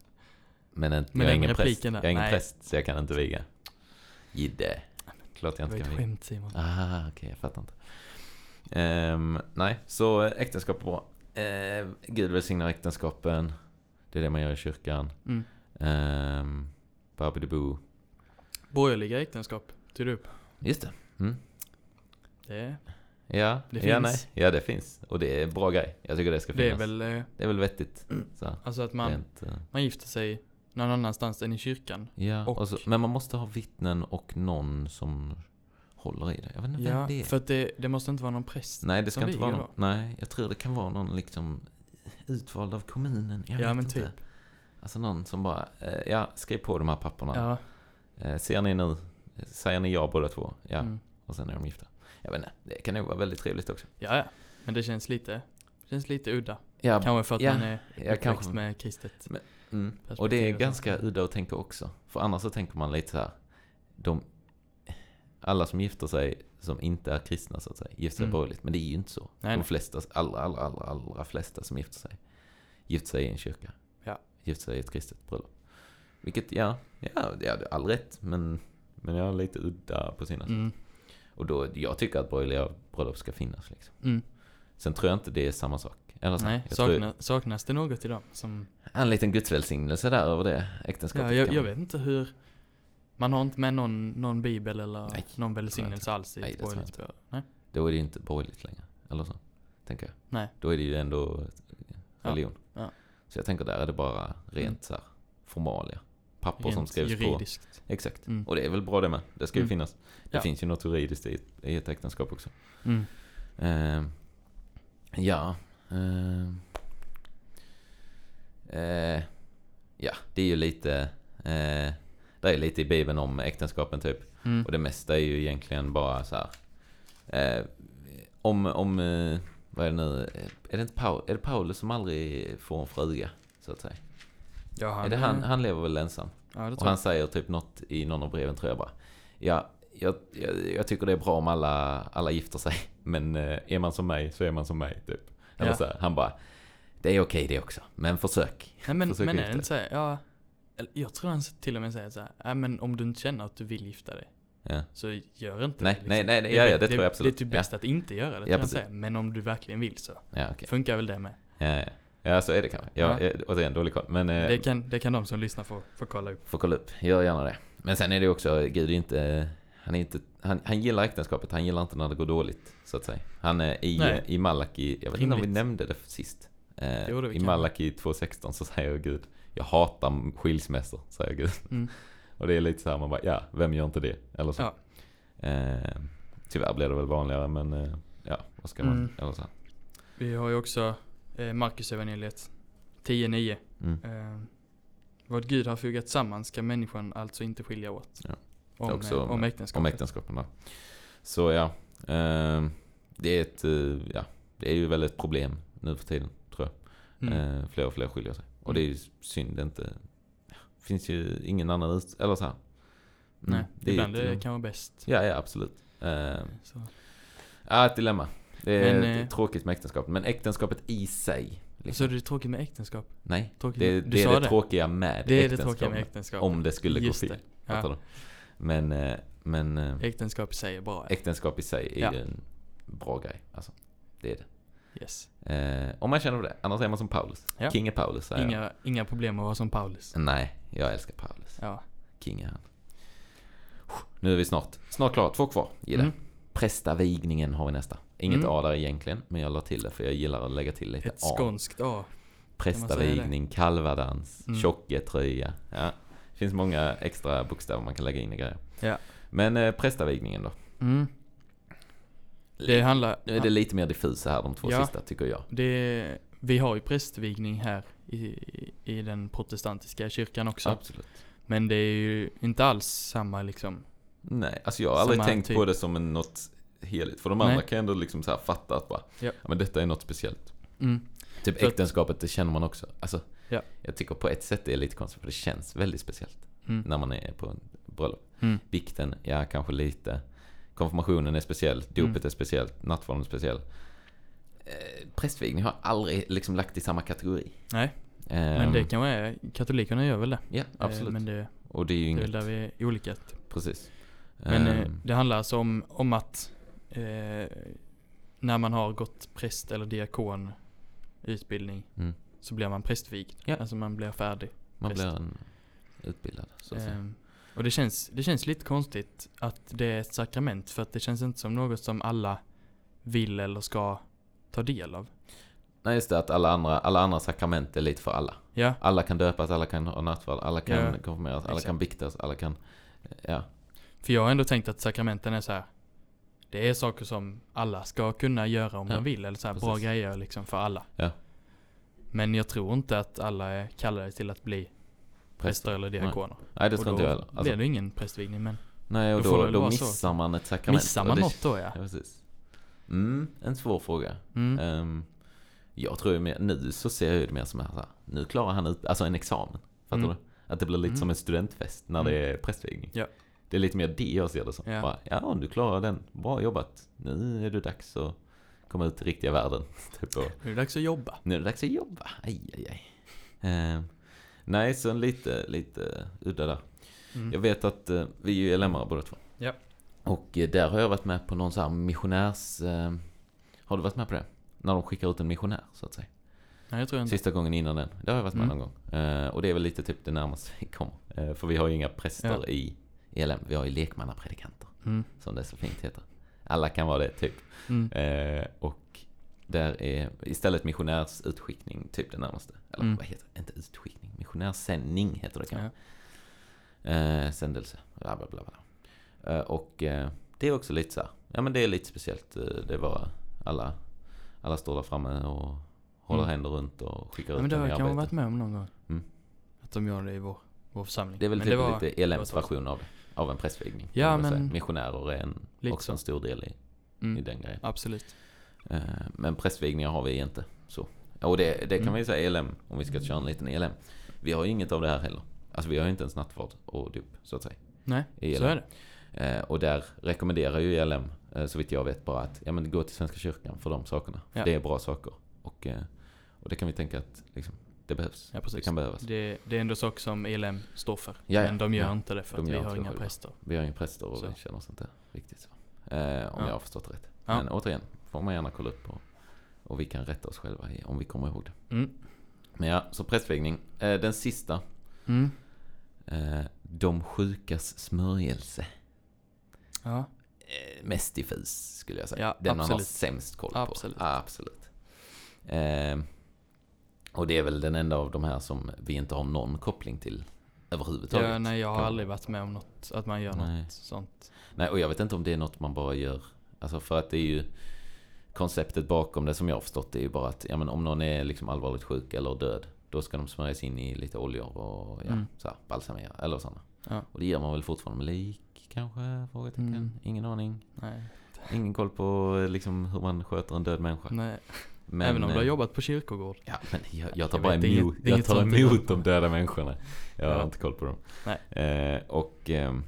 Men inte, Men jag är den ingen präst. repliken där, Jag är ingen nej. präst så jag kan inte viga. Jidde. Klart jag Det var inte ett kan viga. skämt Simon. Ah, okej, jag fattar inte. Ehm, nej, så äktenskap är bra. Uh, Gud välsignar äktenskapen. Det är det man gör i kyrkan. Mm. Um, Babidiboo. Borgerliga äktenskap, tog du upp. Just det. Mm. Det, är- Ja, Det ja, finns. Nej. ja, det finns. Och det är en bra grej. Jag tycker det ska finnas. det är väl eh, det är väl vettigt. Så, här, alltså att man, rent, eh, man gifter sig någon annanstans än i kyrkan. ja, och- och så, men man måste ha vittnen och någon som håller i det. Jag vet inte vem Ja, det är. för att det, det måste inte vara någon präst. Nej, det som ska inte vara viger någon. Nej, jag tror det kan vara någon liksom utvald av kommunen. Jag Ja, vet men inte. typ. Alltså någon som bara, eh, ja, skriv på de här papperna. Ja. Eh, ser ni nu? Säger ni ja båda två? Ja. Mm. Och sen är de gifta. Jag vet inte, det kan nog vara väldigt trevligt också. ja, ja. Men det känns lite, känns lite udda. Ja, Kanske för att ja, man är jag uppväxt kanske, med kristet. mm. perspektiv Och det är och sånt. ganska udda att tänka också. För annars så tänker man lite så här, de, alla som gifter sig som inte är kristna så att säga, gifter sig Mm. borgerligt. Men det är ju inte så. Nej, de nej. flesta, allra, allra, allra, allra flesta som gifter sig, gifter sig i en kyrka. Ja. Gifter sig i ett kristet bröllop. Vilket, ja, ja, det hade all rätt, men, men jag är lite udda på sina sätt. Mm. Och då, jag tycker att borgerliga bröllop ska finnas liksom. Mm. Sen tror jag inte det är samma sak. Eller så, här, Nej, alltså, jag tror, sakna, saknas det något i dem som... en liten gudsvälsignelse där över det Ja, äktenskapet. jag, kan jag man- vet inte hur... Man har inte med någon, någon bibel eller Nej, någon välsignelse alls i Nej, ett det tror jag borgerligt bröllop. Nej. Då är det ju inte borgerligt längre, eller så, tänker jag. Nej. Då är det ju ändå Ja, religion. ja. Mm. Så jag tänker där är det bara rent så här, formalia. Papper som Rent skrivs på. juridiskt. Exakt. Mm. Och det är väl bra det med. Det ska ju Mm. finnas. Det Ja. finns ju något juridiskt i ett, i ett äktenskap också. Mm. Ehm, ja. ehm. Eh, ja, det är ju lite... eh, det är lite i Bibeln om äktenskapen typ. Mm. Och det mesta är ju egentligen bara så här. Eh, om... om eh, vad är det nu? eh, Är det, inte Paul, är det Paulus som aldrig får en fruga? Så att säga. Ja, han, är det han, han lever väl ensam? ja, det Och tror han jag. säger typ något i någon av breven tror jag bara. Ja, jag, jag, jag tycker det är bra om alla, alla gifter sig. <laughs> Men eh, är man som mig så är man som mig typ. Eller Ja. så här, han bara. Det är okej det också. Men försök. Nej, men, försöker men är gifta det inte så här, ja, eller jag tror han till och med säger så här, "Nej, men om du inte känner att du vill gifta dig, Ja, så gör inte Nej, liksom- det. nej, nej, ja, ja, det tror jag Det absolut. är typ bäst att inte göra det, tror Ja, jag han precis. säger. Men om du verkligen vill så ja okej. funkar väl det med. Ja, ja. ja, så är det kanske. Ja, Ja. ja. Återigen, dålig koll. Men eh, Det kan, det kan de som lyssnar få, få kolla upp. får kolla upp. Gör gärna det. Men sen är det också, Gud är inte... Han, är inte, han, han gillar äktenskapet, han gillar inte när det går dåligt. Så att säga. Han är i, Nej. i Malaki, jag vet inte om vi Rimligt. nämnde det sist. Eh, Jo, det vi I kan. Malaki 2.16 så säger Gud, jag hatar skilsmässor, säger Gud. <laughs> Mm. Och det är lite så här, man bara, ja, vem gör inte det? Eller så. Ja. Eh, tyvärr blir det väl vanligare, men eh, ja, vad ska man, Mm. eller så. här. Vi har ju också eh, Markus evangeliet 10.9. Mm. Eh, vad Gud har fogat samman ska människan alltså inte skilja åt. Ja. Om, Också eh, om- om äktenskapet. Om äktenskapen då. Så ja. Eh, det är ett, eh, ja. Det är ju väl ett problem nu för tiden, tror jag. Mm. Eh, fler och fler skiljer sig. Och det är ju synd det är inte... ja, finns ju ingen annan ut... Eller så här. Mm, Nej, ibland ju ett är det dilemma. kan vara bäst. Ja, ja absolut. Eh, Så. ja, ett dilemma. Det är Men, ett- eh, tråkigt med äktenskapet. Men äktenskapet i sig. Liksom. Så det är tråkigt med äktenskap? Nej, tråkigt det, med- du det är sa det, det. tråkiga med Det är det äktenskapet. tråkiga med äktenskap. Om det skulle gå Just fel. det. fattar Ja. du? Men, eh, men... eh, Äktenskap i sig är bra. Äktenskap i sig är Ja. ju en bra grej. Alltså, det är det. Yes. Eh, om man känner för det. Annars är man som Paulus. Ja. King är Paulus säger Inga, inga problem att vara som Paulus. jag. Nej, jag älskar Paulus. Ja. King är han. Nu är vi snart, snart klara. Två kvar. Gillar. Mm. Prästavigningen har vi nästa. Inget Mm. A där egentligen, men jag la till det för jag gillar att lägga till lite Ett A. skånskt A. man säga det? Prästavigning, kalvadans, Mm. tjocketröja. Ja. Det finns många extra bokstäver man kan lägga in i grejer. Ja. Men eh, prästavigningen då? Mm. Det handlar... Nu är det lite mer diffusa här de två Ja. sista tycker jag. Det, vi har ju prästvigning här i, i- i den protestantiska kyrkan också. Absolut. Men det är ju inte alls samma liksom. Nej, alltså jag har aldrig Samma tänkt typ. på det som en, något heligt. För de Nej. andra kan jag ändå liksom så här fatta att bara, Ja. ja. men detta är något speciellt. Mm. Typ För att- äktenskapet, det känner man också. Alltså, Ja. Jag tycker på ett sätt det är lite konstigt, för det känns väldigt speciellt Mm. när man är på en bröllop. Mm. Vikten, ja kanske lite. Konfirmationen är speciell, dopet Mm. är speciellt, nattvarden är speciell. Eh, prästvigning har jag aldrig liksom lagt i samma kategori. Nej, Eh, men det kan vara... Katolikerna gör väl det. Ja, Eh, absolut. Men det, och det är ju det är inget, väl där vi är olika. Typ. precis. Men eh, Ehm, det handlar alltså om, om att eh, när man har gått präst eller diakon utbildning Mm. så blir man prästvigd. Ja. Alltså man blir färdig. man präst. blir en utbildad, så att säga. Ehm, och det känns, det känns lite konstigt att det är ett sakrament för att det känns inte som något som alla vill eller ska ta del av. Nej, just det. Att alla andra, alla andra sakrament är lite för alla. Ja, Alla kan döpas, alla kan ha nattvard, alla kan Ja, konfirmeras, alla exakt. kan biktas, alla kan... Ja, för jag har ändå tänkt att sakramenten är så här. Det är saker som alla ska kunna göra om Ja, de vill. Eller så här, bra precis. grejer liksom för alla. Ja. Men jag tror inte att alla är kallade till att bli präster eller diakoner. Nej, det Och tror då inte jag heller. Alltså, blir det ingen prästvigning men Nej, och då får det då, väl då vara så. missar man ett sakrament. missar och man det- något då ja. Ja, precis. Mm, en svår fråga. Mm. Ehm, jag tror ju mer, nu så ser jag ju det mer som att nu klarar han ut, alltså en examen. Fattar Mm. du? Att det blir lite Mm. som en studentfest när det är prästvigning. Ja. Det är lite mer det jag ser det som. Ja. Bara, ja, du klarar den. Bra jobbat. Nu är det dags att komma ut i riktiga världen. <laughs> typ, och, Nu är det dags att jobba. nu är det dags att jobba. Aj, aj, aj. Ehm, nej, så en lite, lite udda där. Mm. Jag vet att eh, vi är ju elemmare båda två. Ja. Och eh, där har jag varit med på någon sån här missionärs... Eh, har du varit med på det? När de skickar ut en missionär, så att säga. Nej jag tror inte. Sista gången innan den. Det har jag varit med Mm. någon gång. Eh, och det är väl lite typ det närmaste vi kommer. Eh, för vi har ju inga präster Ja. i ELM. Vi har ju lekmannapredikanter, Mm. som det så fint heter. Alla kan vara det, typ. Mm. Eh, och där är istället missionärsutskickning typ det närmaste. Eller Mm. vad heter det? Inte utskickning. Missionärssändning heter det Ja. kanske. Eh, sändelse. Bla, bla, bla, bla. Eh, och eh, det är också lite så här. Ja men det är lite speciellt. Eh, Det var alla, alla står där framme och håller Mm. händer runt och skickar Ja, ut men det dem har i jag kanske arbete. varit med om någon gång. Mm. Att de gör det i vår, vår församling. Det är väl men typ det var lite det ELMs var så. version av, av en pressvigning. Ja, kan man väl men- säga. Missionärer är en, lite också så. en stor del i, i mm. den grejen. Absolut. Eh, Men prästvigningar har vi inte. Så. Och det, det kan Mm. man ju säga ELM, om vi ska köra en liten ELM. Vi har ju inget av det här heller. Alltså vi har ju inte ens nattvard och dop, så att säga. Nej, I så ELM. är det. Eh, Och där rekommenderar ju ELM, eh, så vitt jag vet, bara att ja, men gå till Svenska kyrkan för de sakerna. För Ja. Det är bra saker. Och, eh, och det kan vi tänka att liksom, det behövs. Ja, precis. det kan behövas. Det, det är ändå saker som ELM står för. Ja, ja. Men de gör Ja. inte det för De att vi gör inte har det inga själva. präster. Vi har ju präster och Så. vi känner oss inte riktigt så. Eh, om Ja. jag har förstått rätt. Ja. Men återigen, får man gärna kolla upp och, och vi kan rätta oss själva i, om vi kommer ihåg det. Mm. Men ja, så prästvigning. Eh, den sista. Mm. Eh, de sjukas smörjelse. Ja. Eh, mest diffus skulle jag säga. Ja, den man har absolut. sämst koll på. Absolut. absolut. Eh, och det är väl den enda av de här som vi inte har någon koppling till överhuvudtaget. Ja, nej, jag har Kan- aldrig varit med om något, att man gör Nej. något sånt. Nej, och jag vet inte om det är något man bara gör. Alltså för att det är ju konceptet bakom det som jag har förstått det är ju bara att ja, men om någon är liksom allvarligt sjuk eller död. Då ska de smörjas in i lite oljor och ja, Mm. så här, balsamera eller sådana. Ja. Och det gör man väl fortfarande med lik kanske? Frågetecken. Mm. Ingen aning. Nej. Ingen koll på eh, liksom, hur man sköter en död människa. nej. Men, Även om du har eh, jobbat på kyrkogård. Ja, men jag, jag tar Jag bara vet, emot, det är inget- det är jag inget tar sånt emot ibland. de döda människorna. Jag har Ja. inte koll på dem. Eh, och ehm,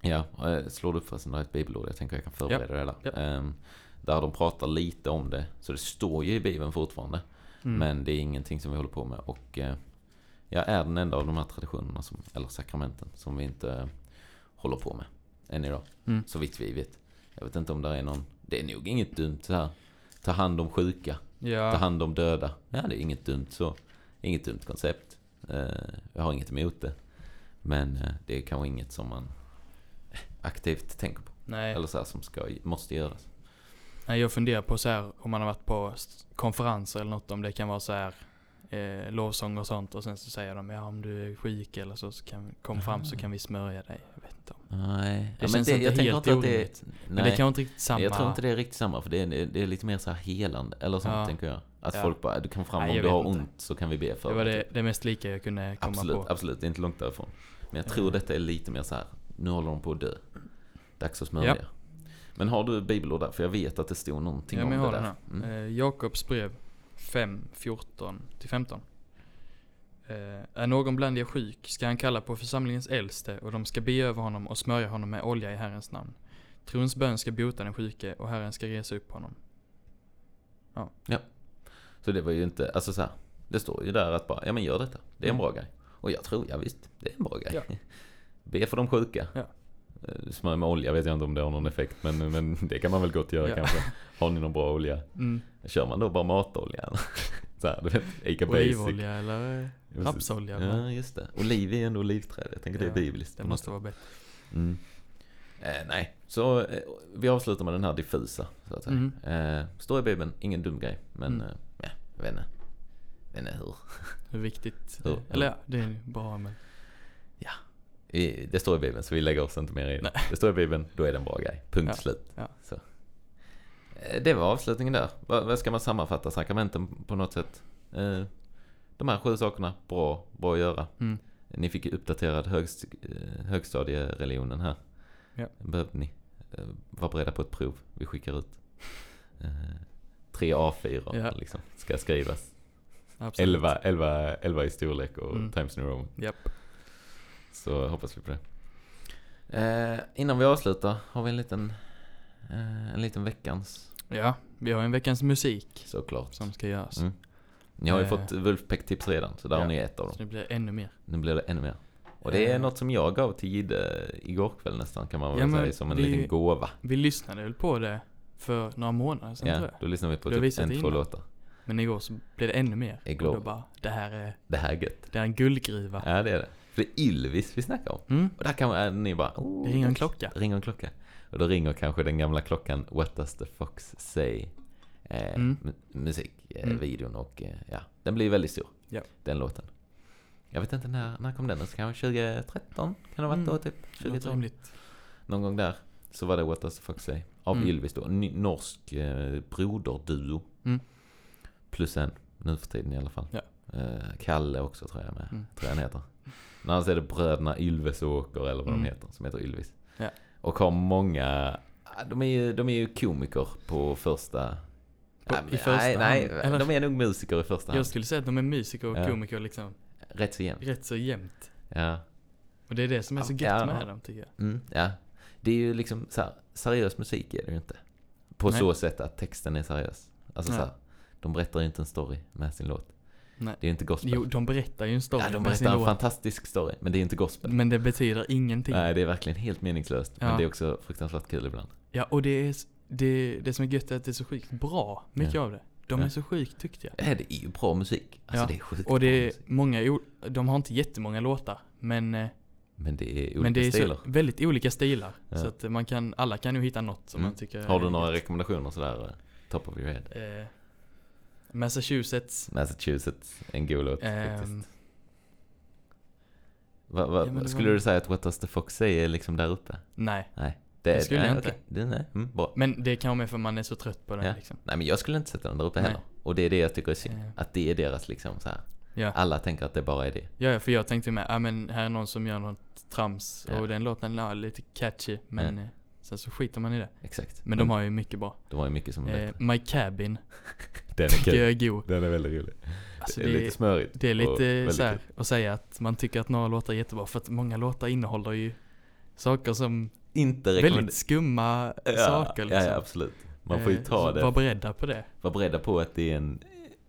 ja, eh, slår du upp förresten där ett bibelord. Jag tänker jag kan förbereda det där. ja. Ehm, där de pratar lite om det. Så det står ju i bibeln fortfarande. Mm. Men det är ingenting som vi håller på med. Och eh, jag är den enda av de här traditionerna, som, eller sakramenten, som vi inte eh, håller på med än idag. Mm. Så vitt vi vet. Jag vet inte om det är någon... Det är nog inget dumt så här Ta hand om sjuka. Ta Ja, hand om döda. Ja, det är inget dumt så. Inget dumt koncept. Eh, Jag har inget emot det. Men eh, det är kanske inget som man aktivt tänker på. nej. Eller så här som ska, måste göras. nej. Jag funderar på så här om man har varit på s- konferenser eller något. Om det kan vara så här eh, lovsång och sånt. Och sen så säger de ja om du är sjuk eller så, så kan, kom fram så kan vi smörja dig. Jag vet inte. om- Nej. Det känns inte helt orimligt. Nej. Men det kan inte riktigt samma. Jag tror inte det är riktigt samma. För det är, det är lite mer så här helande. Eller sånt Ja. tänker jag. Att Ja. folk bara, du kan fram Nej, om jag du vet har inte. ont så kan vi be för Det var dig", det, det mest lika jag kunde komma Absolut, på. absolut. Det är inte långt därifrån. Men jag Eh. tror detta är lite mer så här. Nu håller de på att dö. Dags att smörja. Ja. Men har du bibelord där? För jag vet att det stod någonting Ja, om men jag det har där. den här. Mm. Eh, Jakobs brev 5, 14 till 15. Eh, är någon bland er sjuk ska han kalla på församlingens äldste och de ska be över honom och smörja honom med olja i Herrens namn. Trons bön ska bota den sjuke och Herren ska resa upp honom. Så det var ju inte, alltså så här, Det står ju där att bara, ja men gör detta. Det är en Mm. bra grej. Och jag tror, ja visst, det är en bra grej. Ja. <laughs> Be för de sjuka. Ja. Eh, Smörja med olja vet jag inte om det har någon effekt, men, men <laughs> det kan man väl gott göra Ja. kanske. Har ni någon bra olja? Mm. Kör man då bara matolja? <laughs> så här, du vet, Ica Basic. Olivolja eller eh, Precis. rapsolja. eller Ja, just det. Oliv är ju ändå olivträd. Jag tänker det Ja, är bibliskt. Det på något måste vara bättre. Mm. Eh, nej, så eh, vi avslutar med den här diffusa. Så att säga. Eh, står i Bibeln, ingen dum grej. Men Mm. eh, ja, jag vet inte. Jag vet inte hur. Hur viktigt. Jo, Eller ja, det är bra men. I- Det står i Bibeln, så vi lägger oss inte mer i det. Det står i Bibeln, då är det en bra grej. Punkt Ja, slut. ja. Så. Eh, Det var avslutningen där. Vad, vad ska man sammanfatta sakramenten på något sätt? Eh, De här sju sakerna, bra, bra att göra. Mm. Ni fick ju uppdaterad högst, eh, högstadiereligionen här. Ja. Behövde ni. eh, Var beredda på ett prov vi skickar ut. Eh, Tre A4 Ja. liksom, ska skrivas. Absolut. 11, 11, 11 i storlek och Mm. Times New Roman. Japp. Så hoppas vi på det. Eh, innan vi avslutar har vi en liten, eh, en liten veckans Ja, vi har en veckans musik såklart. som ska göras. Mm. Ni har ju Eh. fått Wolfpack-tips redan, så där har Ja. ni ett av Så dem. det blir ännu mer. Nu blir det ännu mer. Och det är Eh. något som jag gav till Jidde igår kväll nästan, kan man väl Ja, men säga, som en det- liten gåva. Vi lyssnade väl på det för några månader sedan Ja, tror jag. då lyssnar vi på Du har typ visat en, det två innan. låtar. Men igår så blev det ännu mer. Igår. Och då bara, det här är, Det här är gött. det här är en guldgruva. Ja, det är det. För det är Ylvis vi snackar om. Mm? Och där kan man, äh, ni bara... Oh, Det ringer en klocka. Ringer en klocka. Och då ringer kanske den gamla klockan What does the fox say? Eh, Mm. mu- Musik, eh, Mm. videon och eh, ja, den blir väldigt stor. Ja. Den låten. Jag vet inte när, när kom den? Så kanske 2013? Kan det ha varit Mm. då typ? Låter 2012? rimligt. Någon gång där. Så var det What does the fox say? Av Mm. Ylvis då. Ny- Norsk eh, broderduo. Mm. Plus en, nu för tiden i alla fall. Ja. Eh, Kalle också tror jag med. Mm. Tror jag han heter. Men annars är det bröderna Ylvesåker eller vad Mm. de heter. Som heter Ylvis. Ja. Och har många... ah, De är, ju, de är ju komiker på första... På- Nej, men- i första nej, nej, hand, eller? de är nog musiker i första hand. Jag skulle säga att de är musiker och Ja. komiker liksom Rätt så jämnt. rätt så jämnt. Ja. Och det är det som är så gött Ja. med dem tycker jag. Mm, ja. Det är ju liksom så här, seriös musik är det ju inte. På Nej. så sätt att texten är seriös. Alltså Nej. så här, de berättar ju inte en story med sin låt. Nej. Det är ju inte gospel. Jo, de berättar ju en story ja, de med sin berättar en låt, fantastisk story, men det är ju inte gospel. Men det betyder ingenting. Nej, det är verkligen helt meningslöst. Men Ja. det är också fruktansvärt kul ibland. Ja, och det är s- det, det som är gött är att det är så sjukt bra, mycket Ja. av det. De Ja. är så sjukt duktiga. Ja, det är ju bra musik. Alltså Ja, det är sjukt Och det bra är musik. många, o- de har inte jättemånga låtar, men, eh, Men det är olika men det är stilar. så väldigt olika stilar. Ja. Så att man kan, alla kan ju hitta något som Mm. man tycker Har är du några gött. rekommendationer sådär? eh, Top of your head? Eh, Massachusetts. Massachusetts, en god låt ehm, faktiskt. Va, va, ja, men det skulle var- du säga att What Does The Fox Say är liksom där uppe? nej, Det, Det skulle nej, jag inte. okej. Det, nej, mm, bra. men det kan vara med för man är så trött på den Ja. liksom. Nej men jag skulle inte sätta den där uppe Nej. heller. Och det är det jag tycker är synd. Eh, Att det är deras liksom så här. ja. Alla tänker att det bara är det. ja, ja, för jag tänkte med, ah, men här är någon som gör något trams Ja. och den låten är lite catchy, men eh, sen så skiter man i det. Exakt. Men de har ju mycket bra. de har ju mycket som är Eh, <laughs> bättre. My Cabin Den tycker jag är god. Den är väldigt rolig. Alltså, det, är smörigt. det är och lite väldigt så här kul. att säga att man tycker att några låtar är jättebra för att många låtar innehåller ju saker som Inte väldigt rekommenderat. skumma saker liksom. Ja, ja, absolut. Man får ju Eh, ta så det. Var Var, beredda på det. beredda på att det är en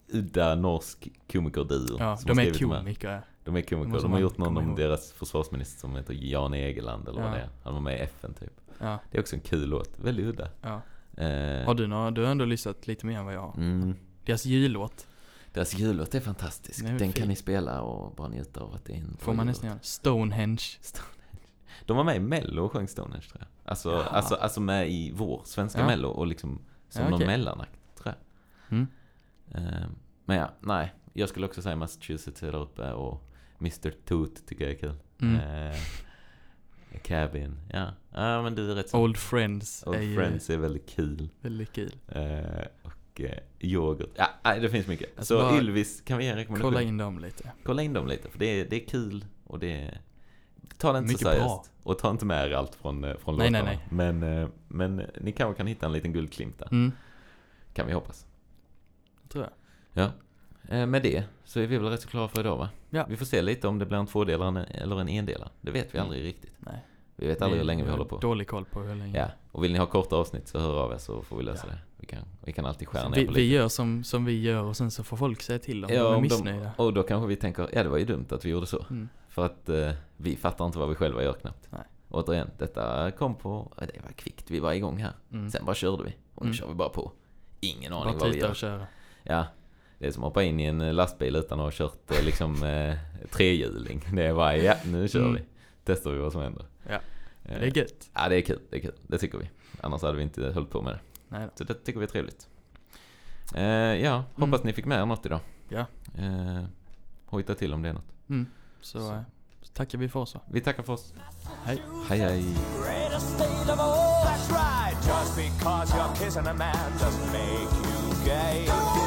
udda norsk komikerduo. Ja, som de har är skrivit de här. komiker. ja. De är Det komiker. måste De har man gjort någon komma om ihåg. deras försvarsminister som heter Jan Egeland eller vad Ja. det är. Han var med i FN typ. Ja, Det är också en kul låt. Väldigt udda. ja. Eh, Har du några? Du har ändå lyssnat lite mer än vad jag har. Mm. Deras jullåt Deras jullåt är fantastisk. Den är Den, kan fin. ni spela och bara njuta av att det är en får bra man jullåt. nästan göra. Stonehenge. De var med i Mello och sjöng Stonehenge tror jag. Alltså, Jaha. alltså, alltså med i vår svenska Ja. Mello och liksom som Ja, någon okej. mellanakt tror jag. Mm. Eh, men ja, nej. Jag skulle också säga Massachusetts är där uppe och Mr Toot tycker jag är kul. Mm. Eh, cabin, ja. Ja men du är rätt så. Old Friends Old är ju Friends är väldigt kul. väldigt kul. Eh, och eh, yoghurt. Ja, nej, det finns mycket. Alltså så bara- Ylvis kan vi ge en rekommendation? Kolla in dem lite. Kolla in dem lite, för det är, det är kul och det är... Ta det inte så Mycket seriöst. bra. Och ta inte med er allt från, eh, från Nej, låtarna. nej, nej. Men, eh, men eh, ni kanske kan hitta en liten guldklimp där. Mm, Kan vi hoppas. det tror jag. Ja. Eh, Med det så är vi väl rätt så klara för idag va? Ja. Mm. Vi får se lite om det blir en tvådelare eller en endelare. Det vet vi aldrig riktigt. Nej. Vi vet aldrig hur länge vi har håller på. Dålig koll på hur länge. Ja. Och vill ni ha korta avsnitt så hör av er så får vi lösa Ja. det. Vi kan, vi kan alltid skära Så ner vi, på vi lite. gör som, som vi gör och sen så får folk säga till om de är om missnöjda. och då kanske vi tänker, ja det var ju dumt att vi gjorde så. Mm. För att eh, vi fattar inte vad vi själva gör knappt. Nej. Återigen, detta kom på... ja, Det var kvickt, vi var igång här. Mm. Sen bara körde vi. Och nu Mm. kör vi bara på. Ingen aning Bara vad vi tuta gör. och köra. Ja. Det är som att hoppa in i en eh, lastbil utan att ha kört eh, liksom eh, trehjuling. Det är bara, ja nu kör Mm. vi. Testar vi vad som händer. Ja. Eh, Det är gött. Ja, det är kul. Det är kul. Det tycker vi. Annars hade vi inte hållit på med det. Nej då. Så det tycker vi är trevligt. Eh, ja, hoppas Mm. ni fick med er något idag. Ja. Eh, hojta till om det är något. Mm. Så, Så. eh, så tackar vi för oss. va? Vi tackar för oss. Hej. Hej hej. greatest state of all. That's right. Just because you're kissing a man doesn't make you gay.